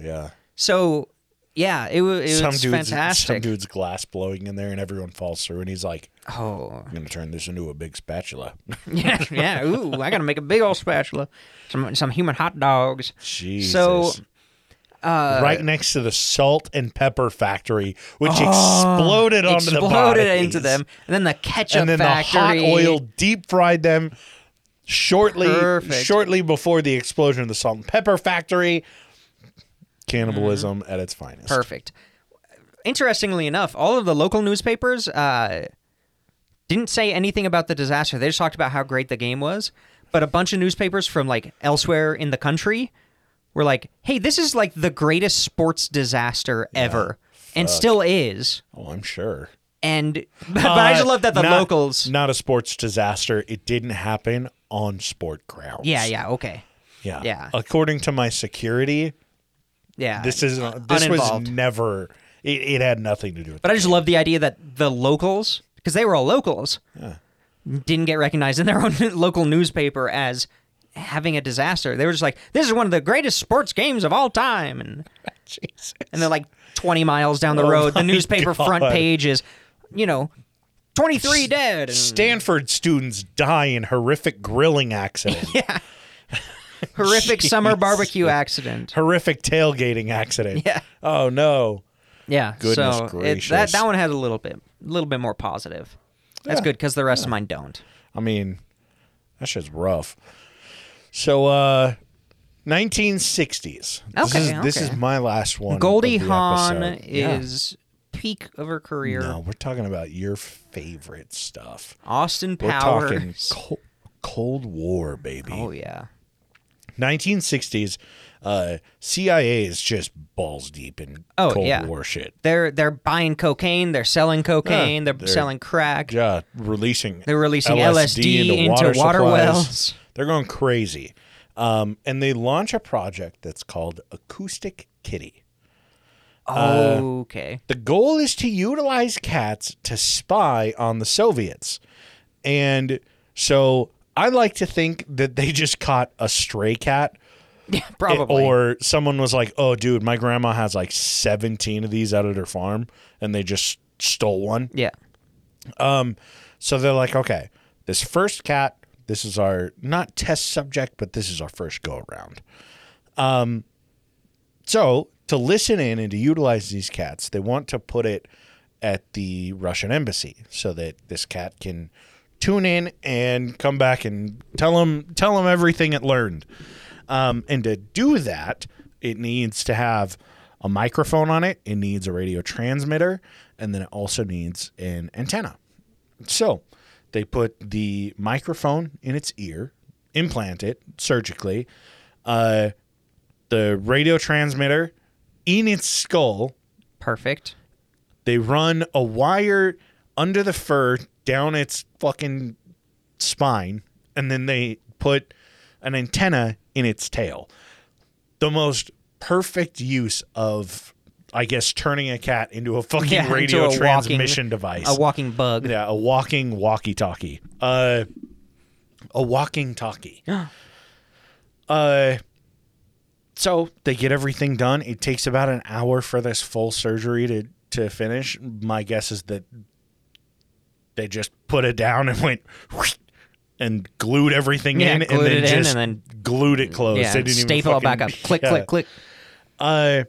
Yeah.
So, yeah, it, wa- it was
Some dude's, some
fantastic.
dude's glass blowing in there and everyone falls through. And he's like,
Oh,
I'm going to turn this into a big spatula.
yeah, yeah. Ooh, I gotta make a big old spatula. Some some human hot dogs.
Jesus.
So uh,
right next to the salt and pepper factory, which exploded onto the
exploded
bodies.
into them, and then the ketchup
and then
factory.
the hot oil deep fried them shortly
Perfect.
shortly before the explosion of the salt and pepper factory. Cannibalism
Mm-hmm.
at its finest.
Perfect. Interestingly enough, all of the local newspapers uh, didn't say anything about the disaster. They just talked about how great the game was. But a bunch of newspapers from like elsewhere in the country were like, "Hey, this is like the greatest sports disaster ever, and still is."
Oh, I'm sure.
And but I just
Uh,
love that the
not-
locals.
Not a sports disaster. It didn't happen on sport grounds.
Yeah, yeah, okay.
Yeah.
yeah.
According to my security,
Yeah.
this is uh, this was
Uninvolved.
never it, it had nothing to do with
but I just love the idea that the locals, because they were all locals, didn't get recognized in their own local newspaper as having a disaster. They were just like, "This is one of the greatest sports games of all time," and
Jesus.
and they're like twenty miles down the road. The newspaper front
Oh God.
page is, you know, twenty three dead. And
Stanford students die in horrific grilling accident,
horrific summer
Jesus.
barbecue accident.
horrific tailgating accident.
Yeah.
Oh no.
Yeah.
Goodness
so it- that
gracious.
that one has a little bit, a little bit more positive. That's good because the rest of mine don't.
I mean, that shit's rough. So, uh, 1960s. This
Okay,
is, This is
okay.
my last one. of
Goldie
the
Hawn
episode. Yeah.
is peak of her career.
No, we're talking about your favorite stuff.
Austin
We're
Powers.
talking Col- Cold War, baby.
oh yeah.
1960s. Uh, CIA is just balls deep in
Oh,
Cold
yeah.
War shit.
They're they're buying cocaine, they're selling cocaine, they're,
they're-
selling crack.
Yeah, releasing.
They're releasing LSD into water
supplies.
wells.
They're going crazy, um, and they launch a project that's called Acoustic Kitty.
okay.
The goal is to utilize cats to spy on the Soviets, and so I like to think that they just caught a stray cat.
Yeah, probably.
Or someone was like, "Oh, dude, my grandma has like 17 of these out of her farm, and they just stole one."
yeah.
So they're like, "Okay, this first cat, this is our not test subject, but this is our first go around." Um, so to listen in and to utilize these cats, they want to put it at the Russian embassy so that this cat can tune in and come back and tell them tell them everything it learned. Um, and to do that, it needs to have a microphone on it, it needs a radio transmitter, and then it also needs an antenna. So they put the microphone in its ear, implant it surgically, uh, the radio transmitter in its skull.
Perfect.
They run a wire under the fur down its fucking spine, and then they put an antenna in its tail. The most perfect use of, I guess, turning a cat into a fucking
Yeah, into
radio
a walking-
transmission device.
A walking bug.
Yeah, a walking walkie-talkie. Uh, a walking talkie. uh, so they get everything done. It takes about an hour for this full surgery to to finish. My guess is that they just put it down and went and glued everything
Yeah,
in,
glued
and then
it in
just
and
glued it closed.
Yeah,
they
and
didn't even
staple it
fucking-
back up. Click,
Yeah
click, click.
uh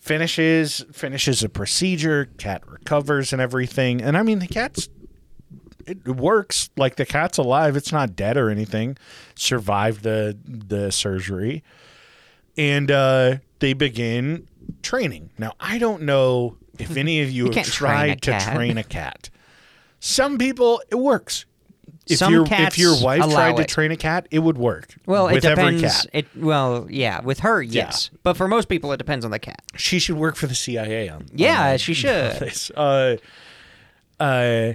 finishes finishes a procedure cat recovers and everything and i mean the cat's it works like the cat's alive it's not dead or anything survived the the surgery and uh they begin training now i don't know if any of you, have
can't train a
tried to
cat.
train a cat some people it works if
Some
your if
cats
your wife
allow
tried to
it.
train a cat it would work
Well,
with
it
every
depends.
cat
It well, yeah, with her, yes, but for most people, it depends on the cat.
she should work for the cia on
Yeah, she should.
this. Uh, uh,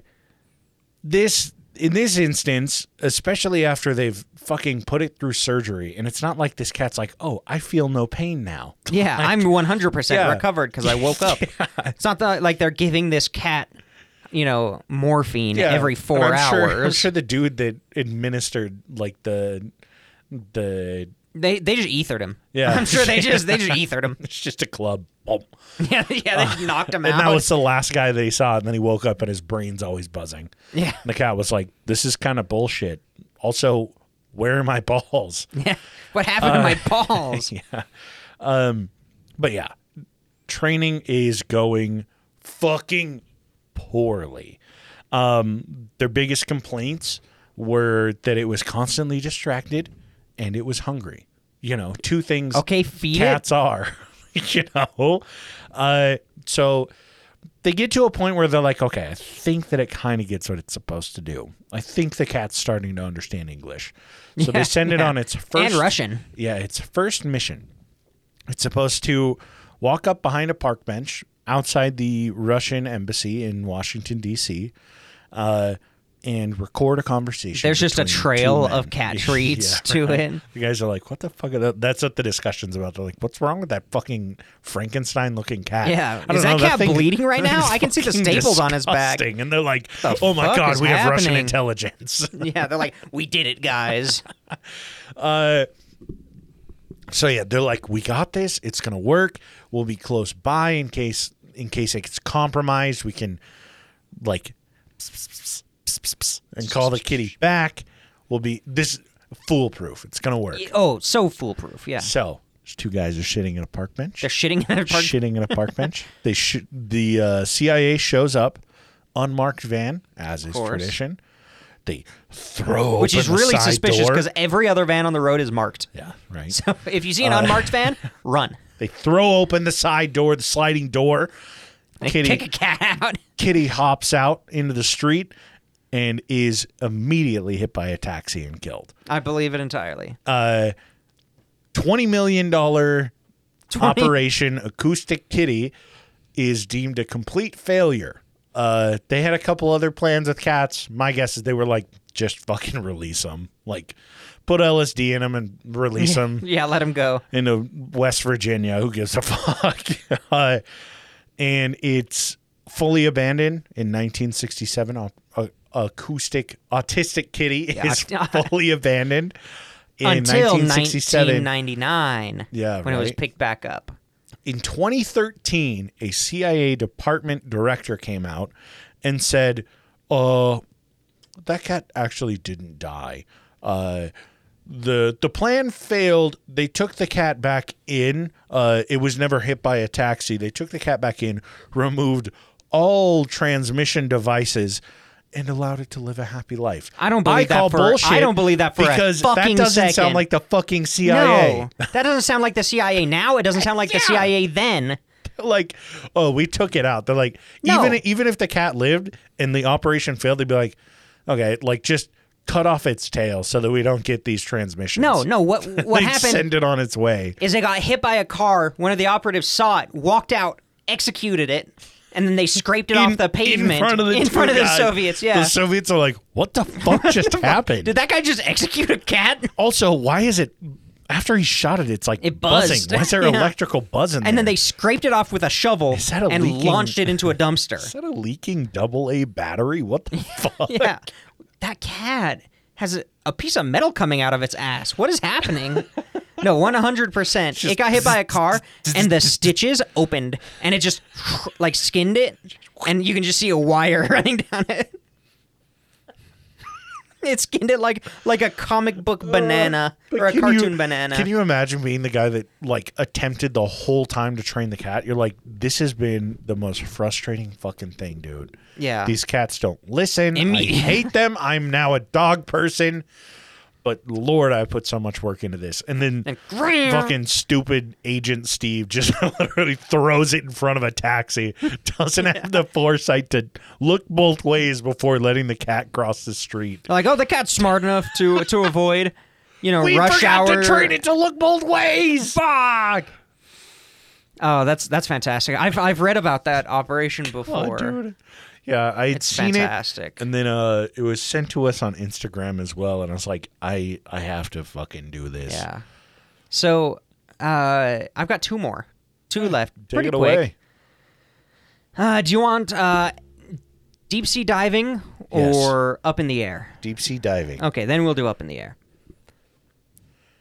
this in this instance, especially after they've fucking put it through surgery, and it's not like this cat's like, "Oh, I feel no pain now."
Yeah, I'm 100
Yeah.
percent recovered because I woke up. It's not that, like they're giving this cat, you know, morphine every
And
4
I'm sure- I'm
hours.
sure the dude that administered like the the
They they just ethered him.
Yeah.
I'm sure they just they just ethered him.
it's just a club. Bump.
Yeah, yeah, they knocked him
And
out.
that was the last guy that he saw, and then he woke up and his brain's always buzzing.
Yeah.
And the cat was like, "This is kind of bullshit." Also, where are my balls?
what
Uh.
happened to my balls?
But yeah, training is going fucking poorly. Um, their biggest complaints were that it was constantly distracted and it was hungry. You know, two things
Okay, feed
cats are. you know? Uh, so they get to a point where they're like, okay, I think that it kind of gets what it's supposed to do. I think the cat's starting to understand English. So they
Yeah,
send it
yeah.
on its
it
first
and Russian.
yeah, its first mission. It's supposed to walk up behind a park bench outside the Russian embassy in Washington D.C. Uh, and record a conversation.
There's just a
between two
trail
men.
of cat treats
Yeah,
to
right.
it.
You guys are like, what the fuck? Are that? That's what the discussion's about. They're like, what's wrong with that fucking Frankenstein-looking cat?
Yeah.
I don't
Is that
know,
cat
thing-
bleeding right
that
now?
thing's
I can see the
fucking
staples on his back.
disgusting. And they're like, oh my
fuck
god,
is
we have Russian
happening?"
intelligence.
Yeah, they're like, we did it, guys.
Uh, so yeah, they're like, we got this. It's gonna work. We'll be close by in case in case it gets compromised. We can like and call the kitty back. We'll be this foolproof. It's gonna work.
oh, so foolproof. Yeah,
So those two guys are shitting in a park bench.
they're shitting in their park.
shitting in a park bench. They sh- the uh, CIA shows up, unmarked van as is
course.
tradition. They throw
which
open
is
the
really
side
suspicious
door.
because every other van on the road is marked.
yeah, Uh. right.
So if you see an unmarked van, run.
They throw open the side door, the sliding door.
They
Kitty
kick a cat out.
Kitty hops out into the street and is immediately hit by a taxi and killed.
I believe it entirely.
Uh, twenty million dollar operation Acoustic Kitty is deemed a complete failure. Uh, they had a couple other plans with cats. My guess is they were like, just fucking release them, like put LSD in them and release them.
yeah, let him go.
into West Virginia. Who gives a fuck? uh, and it's fully abandoned in 1967. Op- uh, acoustic autistic kitty
Yeah.
is fully abandoned in
until
1967.
1999.
Yeah,
when it was
right.
picked back up.
In 2013, a CIA department director came out and said, "Uh, that cat actually didn't die. Uh, the the plan failed. They took the cat back in. Uh, it was never hit by a taxi. They took the cat back in, removed all transmission devices." And allowed it to live a happy life.
I don't believe that
call
for- I
bullshit.
don't believe that for a
because
fucking
that doesn't sound
second.
like the fucking CIA.
No, that doesn't sound like the CIA now. It doesn't sound like the
Yeah.
CIA then.
like, oh, we took it out. They're like,
No.
even even if the cat lived and the operation failed, they'd be like, okay, like just cut off its tail so that we don't get these transmissions.
No, no. What what
They'd
happened
Send it on its way.
is they got hit by a car. One of the operatives saw it, walked out, executed it, and then they scraped it off the pavement
in front of the,
in
two
front of the
guys.
Soviets. Yeah.
the Soviets are like, what the fuck just happened?
Did that guy just execute a cat?
also, why is it? After he shot it, it's like
It buzzed.
buzzing. Why is there
Yeah.
electrical buzzing?
And then
there?
they scraped it off with a shovel
Is that a
and
leaking-
launched it into a
is
dumpster.
that a leaking double A battery? What the fuck?
yeah. That cat has a, a piece of metal coming out of its ass. What is happening? No, 100%. it got hit by a car and the stitches opened and it just like skinned it and you can just see a wire running down it. It skinned it like like a comic book banana
Uh, But
or a
can
cartoon
you-
banana.
Can you imagine being the guy that like attempted the whole time to train the cat? You're like, this has been the most frustrating fucking thing, dude.
Yeah.
These cats don't listen. I
Imme-
hate them. I'm now a dog person. But Lord, I put so much work into this. And then
And grrr.
fucking stupid agent Steve just literally throws it in front of a taxi. Doesn't have the foresight to look both ways before letting the cat cross the street.
They're like, oh, the cat's smart enough to to avoid, you know,
We
rush
forgot
hour.
to train it to look both ways. Fuck.
Oh, that's that's fantastic. I've I've read about that operation
Oh,
before.
Yeah, I had seen
fantastic.
it, and then uh, it was sent to us on Instagram as well, and I was like, I I have to fucking do this.
Yeah. So uh, I've got two more, two left.
Take
Pretty
it
quick.
away.
Uh, do you want uh, deep sea diving
Yes.
or up in the air?
Deep sea diving.
Okay, then we'll do up in the air.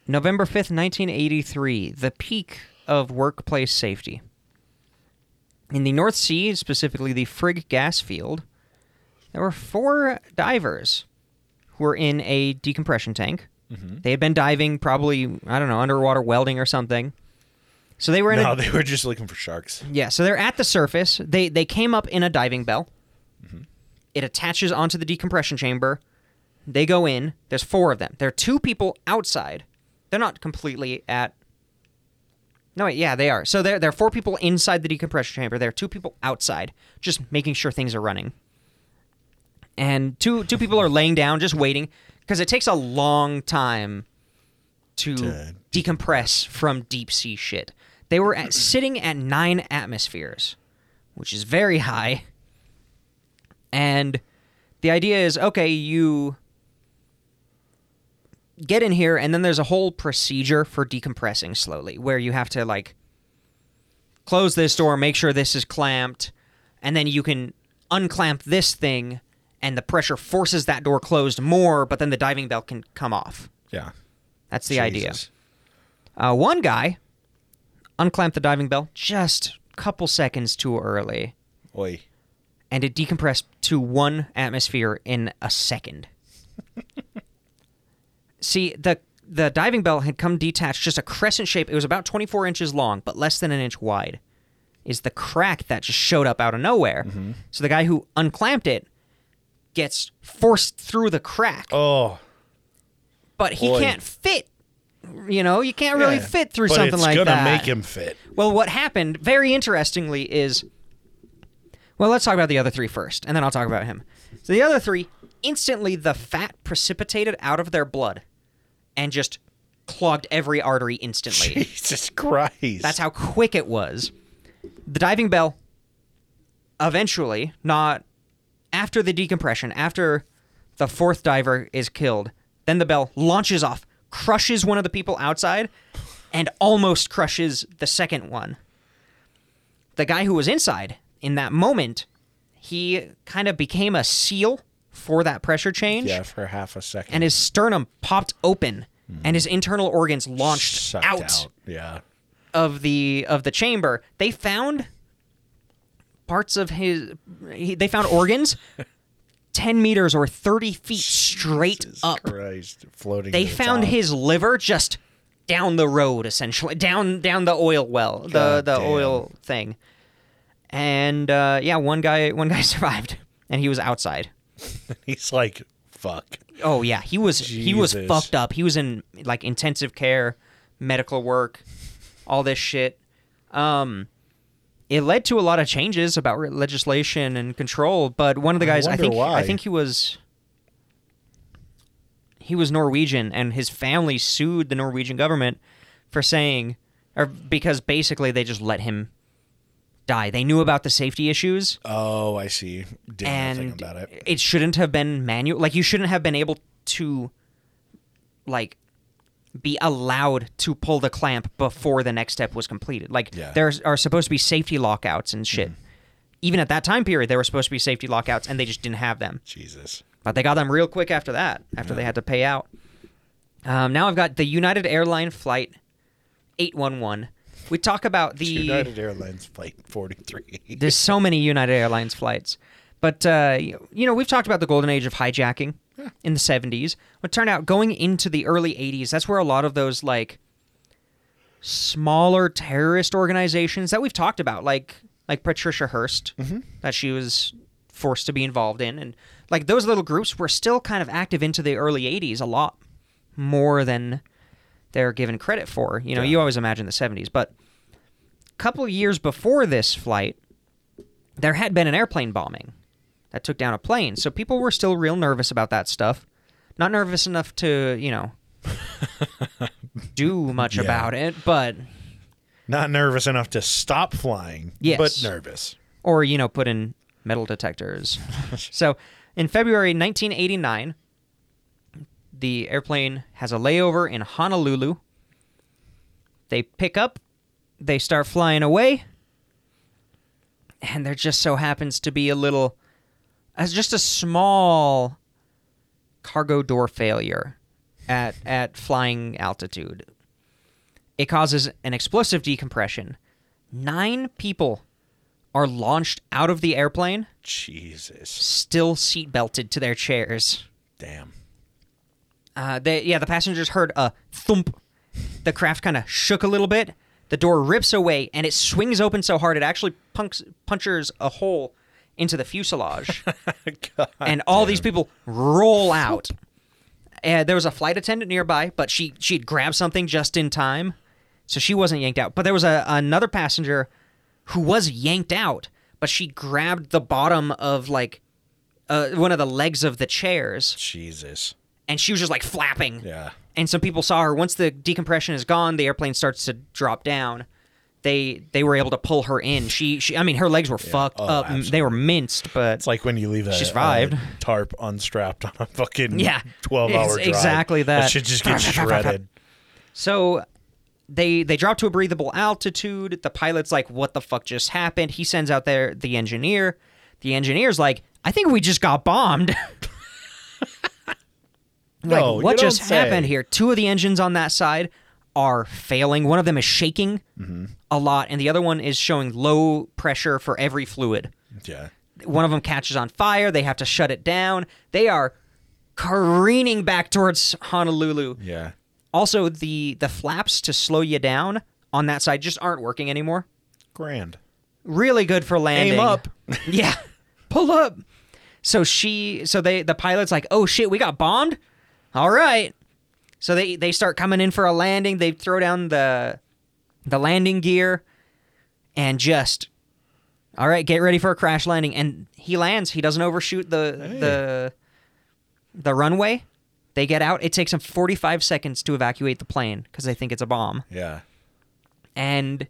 November 5th, 1983, the peak of workplace safety. In the North Sea, specifically the Frigg gas field, there were four divers who were in a decompression tank. They had been diving, probably, I don't know, underwater welding or something. So they were in
No,
a.
they were just looking for sharks.
Yeah, so they're at the surface. They they came up in a diving bell. It attaches onto the decompression chamber. They go in. There's four of them. There are two people outside. They're not completely at. No, wait, yeah, they are. So there, there are four people inside the decompression chamber. There are two people outside, just making sure things are running. And two two people are laying down, just waiting, because it takes a long time to
To
decompress from deep sea shit. They were at, sitting at nine atmospheres, which is very high. And the idea is okay, you get in here, and then there's a whole procedure for decompressing slowly where you have to like close this door, make sure this is clamped, and then you can unclamp this thing, and the pressure forces that door closed more, but then the diving bell can come off.
Yeah,
That's the idea.
Jesus.
Uh, one guy unclamped the diving bell just a couple seconds too early,
Oi.
and it decompressed to one atmosphere in a second. See, the the diving bell had come detached, just a crescent shape. It was about 24 inches long, but less than an inch wide. Is the crack that just showed up out of nowhere?
Mm-hmm.
So the guy who unclamped it gets forced through the crack,
Oh,
but he
boy.
can't fit. You know, you can't really
yeah.
fit through
But
something
it's
like
gonna
that.
make him fit.
Well, what happened, very interestingly, is. Well, let's talk about the other three first, and then I'll talk about him. So the other three, instantly the fat precipitated out of their blood and just clogged every artery instantly.
Jesus Christ.
That's how quick it was. The diving bell eventually, not after the decompression, after the fourth diver is killed, then the bell launches off, crushes one of the people outside, and almost crushes the second one. The guy who was inside in that moment, he kind of became a seal for that pressure change,
Yeah, for half a second.
and his sternum popped open, and his internal organs launched
Sucked
out
Yeah.
of the of the chamber. They found parts of his. He, they found organs, ten meters or thirty feet straight up.
Christ, floating.
They
to the
found
top.
his liver just down the road, essentially down down the oil well, the
God
the
damn.
oil thing. And uh, yeah, one guy one guy survived, and he was outside.
He's like, fuck.
Oh yeah, he was he was
Jesus.
fucked up. He was in like intensive care, medical work, all this shit. Um, it led to a lot of changes about re- legislation and control. But one of the guys, I,
wonder
think,
why.
I think he was he was Norwegian, and his family sued the Norwegian government for saying, or because basically they just let him die. They knew about the safety issues
Oh, I see. Didn't know
and
nothing about it.
shouldn't have been manual. Like you shouldn't have been able to, like, be allowed to pull the clamp before the next step was completed. Like
Yeah. Mm-hmm.
there are supposed to be safety lockouts and shit. Even at that time period, there were supposed to be safety lockouts, and they just didn't have them.
Jesus.
But they got them real quick after that, after they had to pay out. Um, now I've got the United Airline flight 811. We talk about the
United Airlines Flight 43.
there's so many United Airlines flights. But, uh, you you know, we've talked about the golden age of hijacking in the 70s. But it turned out going into the early 80s, that's where a lot of those, like, smaller terrorist organizations that we've talked about, like like Patricia Hearst, that she was forced to be involved in, and like those little groups were still kind of active into the early '80s a lot more than they're given credit for. You know, you always imagine the '70s, but a couple years before this flight, there had been an airplane bombing that took down a plane, so people were still real nervous about that stuff. Not nervous enough to, you know, do much about it, but
Not nervous enough to stop flying,
Yes.
but nervous.
or you know put in metal detectors. so, in February 1989, the airplane has a layover in Honolulu. They pick up, they start flying away, and there just so happens to be a little as just a small cargo door failure at at flying altitude. It causes an explosive decompression. 9 people are launched out of the airplane,
Jesus.
still seat belted to their chairs.
Damn.
Uh, they, yeah, the passengers heard a thump. The craft kind of shook a little bit. The door rips away and it swings open so hard it actually punks, punctures a hole into the fuselage.
God.
and all these people roll out. Uh, there was a flight attendant nearby, but she she'd grabbed something just in time, so she wasn't yanked out. But there was a, another passenger who was yanked out, but she grabbed the bottom of like uh, one of the legs of the chairs,
Jesus.
and she was just like flapping.
Yeah.
And some people saw her. Once the decompression is gone, the airplane starts to drop down. They they were able to pull her in. She she I mean her legs were fucked
Oh,
up. They were minced, but
It's like when you leave a,
She survived.
a tarp unstrapped on a fucking
Yeah.
12 hour
It's
drive.
exactly that.
That should just get shredded.
So they they drop to a breathable altitude. The pilot's like, "What the fuck just happened?" He sends out there the engineer. The engineer's like, "I think we just got bombed." like,
No, you
what just
don't say.
happened here? Two of the engines on that side are failing. One of them is shaking
Mm-hmm.
a lot, and the other one is showing low pressure for every fluid
Yeah.
one of them catches on fire. They have to shut it down. They are careening back towards Honolulu.
Yeah.
Also, the the flaps to slow you down on that side just aren't working anymore.
Grand.
Really good for landing.
up.
yeah, pull up. So she, so they, the pilot's like, oh shit, we got bombed. All right. So they they start coming in for a landing. They throw down the the landing gear and just all right get ready for a crash landing and he lands he doesn't overshoot the the the runway they get out it takes them 45 seconds to evacuate the plane because they think it's a bomb
Yeah.
and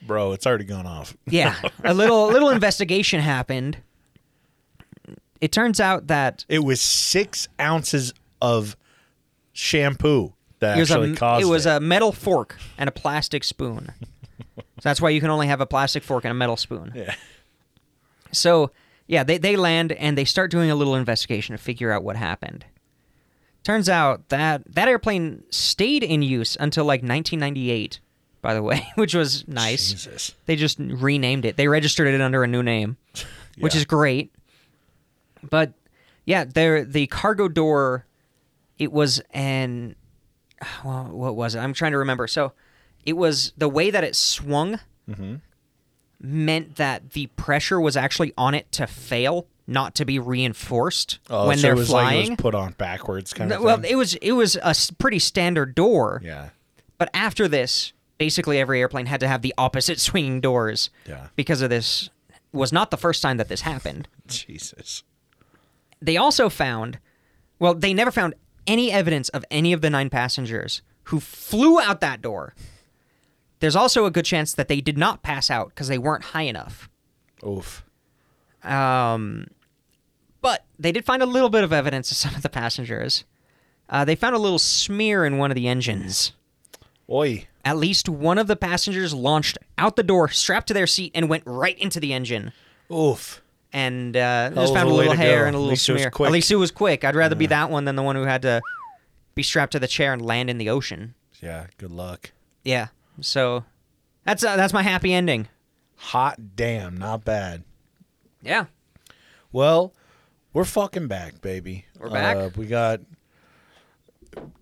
Bro, it's already gone off.
yeah a little a little investigation happened it turns out that
It was six ounces of shampoo that
it was,
actually
a,
caused
it was a metal fork and a plastic spoon so that's why you can only have a plastic fork and a metal spoon
Yeah.
So Yeah, they, they land and they start doing a little investigation to figure out what happened. Turns out that that airplane stayed in use until like 1998, by the way, which was nice.
Jesus.
They just renamed it. They registered it under a new name, which
Yeah.
is great. But yeah, there the cargo door it was an well, what was it? I'm trying to remember. So it was the way that it swung
Mm-hmm.
meant that the pressure was actually on it to fail, not to be reinforced
Oh,
when
so
they're
it was like
flying.
it was put on backwards kind of
No, well,
thing.
it was it was a s- pretty standard door.
yeah.
But after this, basically every airplane had to have the opposite swinging doors.
Yeah.
Because of this was not the first time that this happened.
Jesus.
They also found well, they never found any evidence of any of the nine passengers who flew out that door. There's also a good chance that they did not pass out because they weren't high enough.
Oof.
Um, but they did find a little bit of evidence of some of the passengers. Uh, they found a little smear in one of the engines.
Oi.
At least one of the passengers launched out the door, strapped to their seat, and went right into the engine.
Oof.
And uh,
was
just found
the
a
way
little
to
hair
go.
and a
At
little
least it was
smear.
quick.
At least it was quick. I'd rather be that one than the one who had to be strapped to the chair and land in the ocean.
Yeah. Good luck.
Yeah. So that's uh, that's my happy ending.
Hot damn. Not bad.
Yeah.
Well, we're fucking back, baby.
We're back.
Uh, we got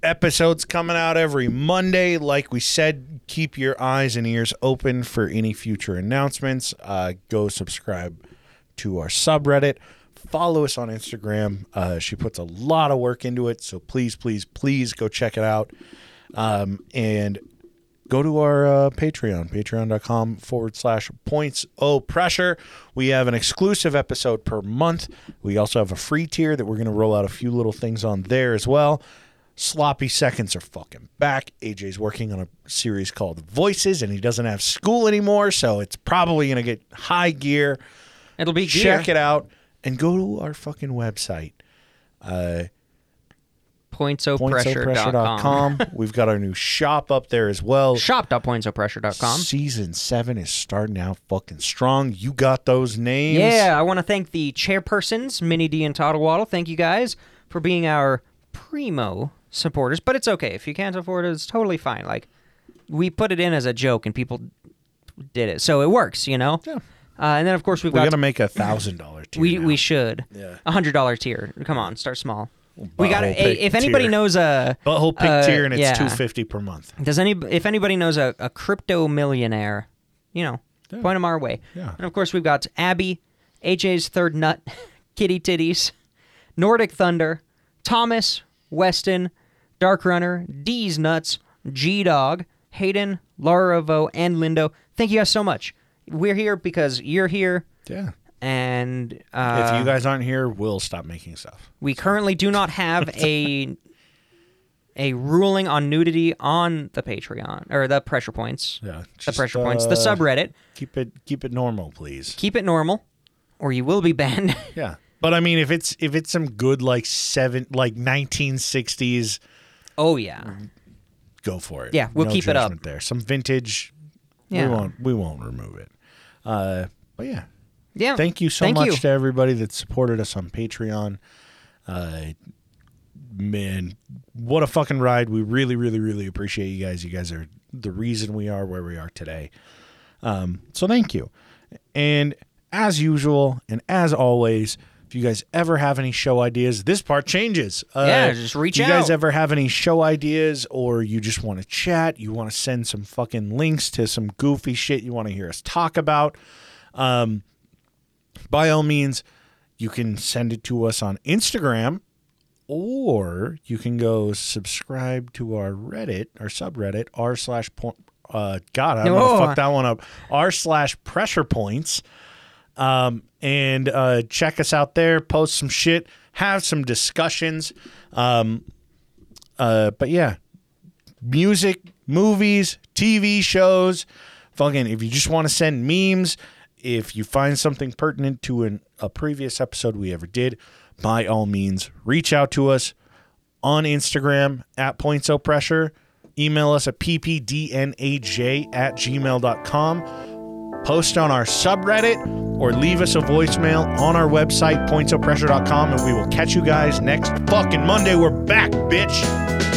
episodes coming out every Monday. Like we said, keep your eyes and ears open for any future announcements. Uh, go subscribe to our subreddit. Follow us on Instagram. Uh, she puts a lot of work into it, so please, please, please go check it out. Um, and go to our uh, Patreon, patreon.com forward slash points oh pressure. We have an exclusive episode per month. We also have a free tier that we're going to roll out a few little things on there as well. Sloppy seconds are fucking back. AJ's working on a series called Voices, and he doesn't have school anymore, so it's probably going to get high gear
It'll be
check
gear.
it out and go to our fucking website
pointsopressure.com.
pointsopressure.com we've got our new shop up there as well
Shop.pointsopressure.com.
season 7 is starting out fucking strong you got those names
Yeah, I want to thank the chairpersons, Minnie D and Toddle Waddle. Thank you guys for being our primo supporters. But it's okay if you can't afford it; it's totally fine. Like we put it in as a joke, and people did it, so it works. You know. Yeah. Uh, and then of course we've
we're
got
gonna make a thousand dollar tier
we
now.
we should
Yeah.
a hundred dollar tier. Come on, start small. We got
butthole pick
a, if anybody
tier.
knows a
butthole pick
uh,
tier and it's
yeah.
250 per month
Does any if anybody knows a, a crypto millionaire, you know, point 'em point them our way.
Yeah.
And of course we've got Abby, AJ's third nut, Kitty Titties, Nordic Thunder, Thomas, Weston, Dark Runner, D's Nuts, G Dog, Hayden, Laura Vo, and Lindo. Thank you guys so much. We're here because you're here,
yeah
and
if
uh,
you guys aren't here we'll stop making stuff
we currently do not have a a ruling on nudity on the Patreon or the pressure points.
yeah
the
just,
pressure points, the
uh,
subreddit.
keep it keep it normal please
Keep it normal, or you will be banned.
yeah but i mean if it's if it's some good like seven like 1960s
oh yeah,
Mm-hmm. go for it.
Yeah, we'll
No
keep it up.
judgment There, some vintage.
Yeah.
We won't. We won't remove it. Uh, but yeah,
yeah.
thank you so
Thank
much
you.
to everybody that supported us on Patreon. Uh, man, what a fucking ride! We really, really, really appreciate you guys. You guys are the reason we are where we are today. Um, so thank you. And as usual, and as always. If you guys ever have any show ideas, this part changes. Uh,
Yeah, just reach
you guys
out.
ever have any show ideas or you just want to chat, you want to send some fucking links to some goofy shit you want to hear us talk about, um, by all means, you can send it to us on Instagram or you can go subscribe to our Reddit, our subreddit, r slash point. Uh, God, I'm
Oh.
gonna fuck that one up. R slash pressure points. Um, and uh, check us out there. Post some shit. Have some discussions. Um, uh, but yeah, music, movies, TV shows. Fucking, if you just want to send memes, if you find something pertinent to an, a previous episode we ever did, by all means, reach out to us on Instagram at Points O Pressure. Email us at ppdnaj at gmail.com post on our subreddit, or leave us a voicemail on our website, pointsofpressure.com, and we will catch you guys next fucking Monday. We're back, bitch.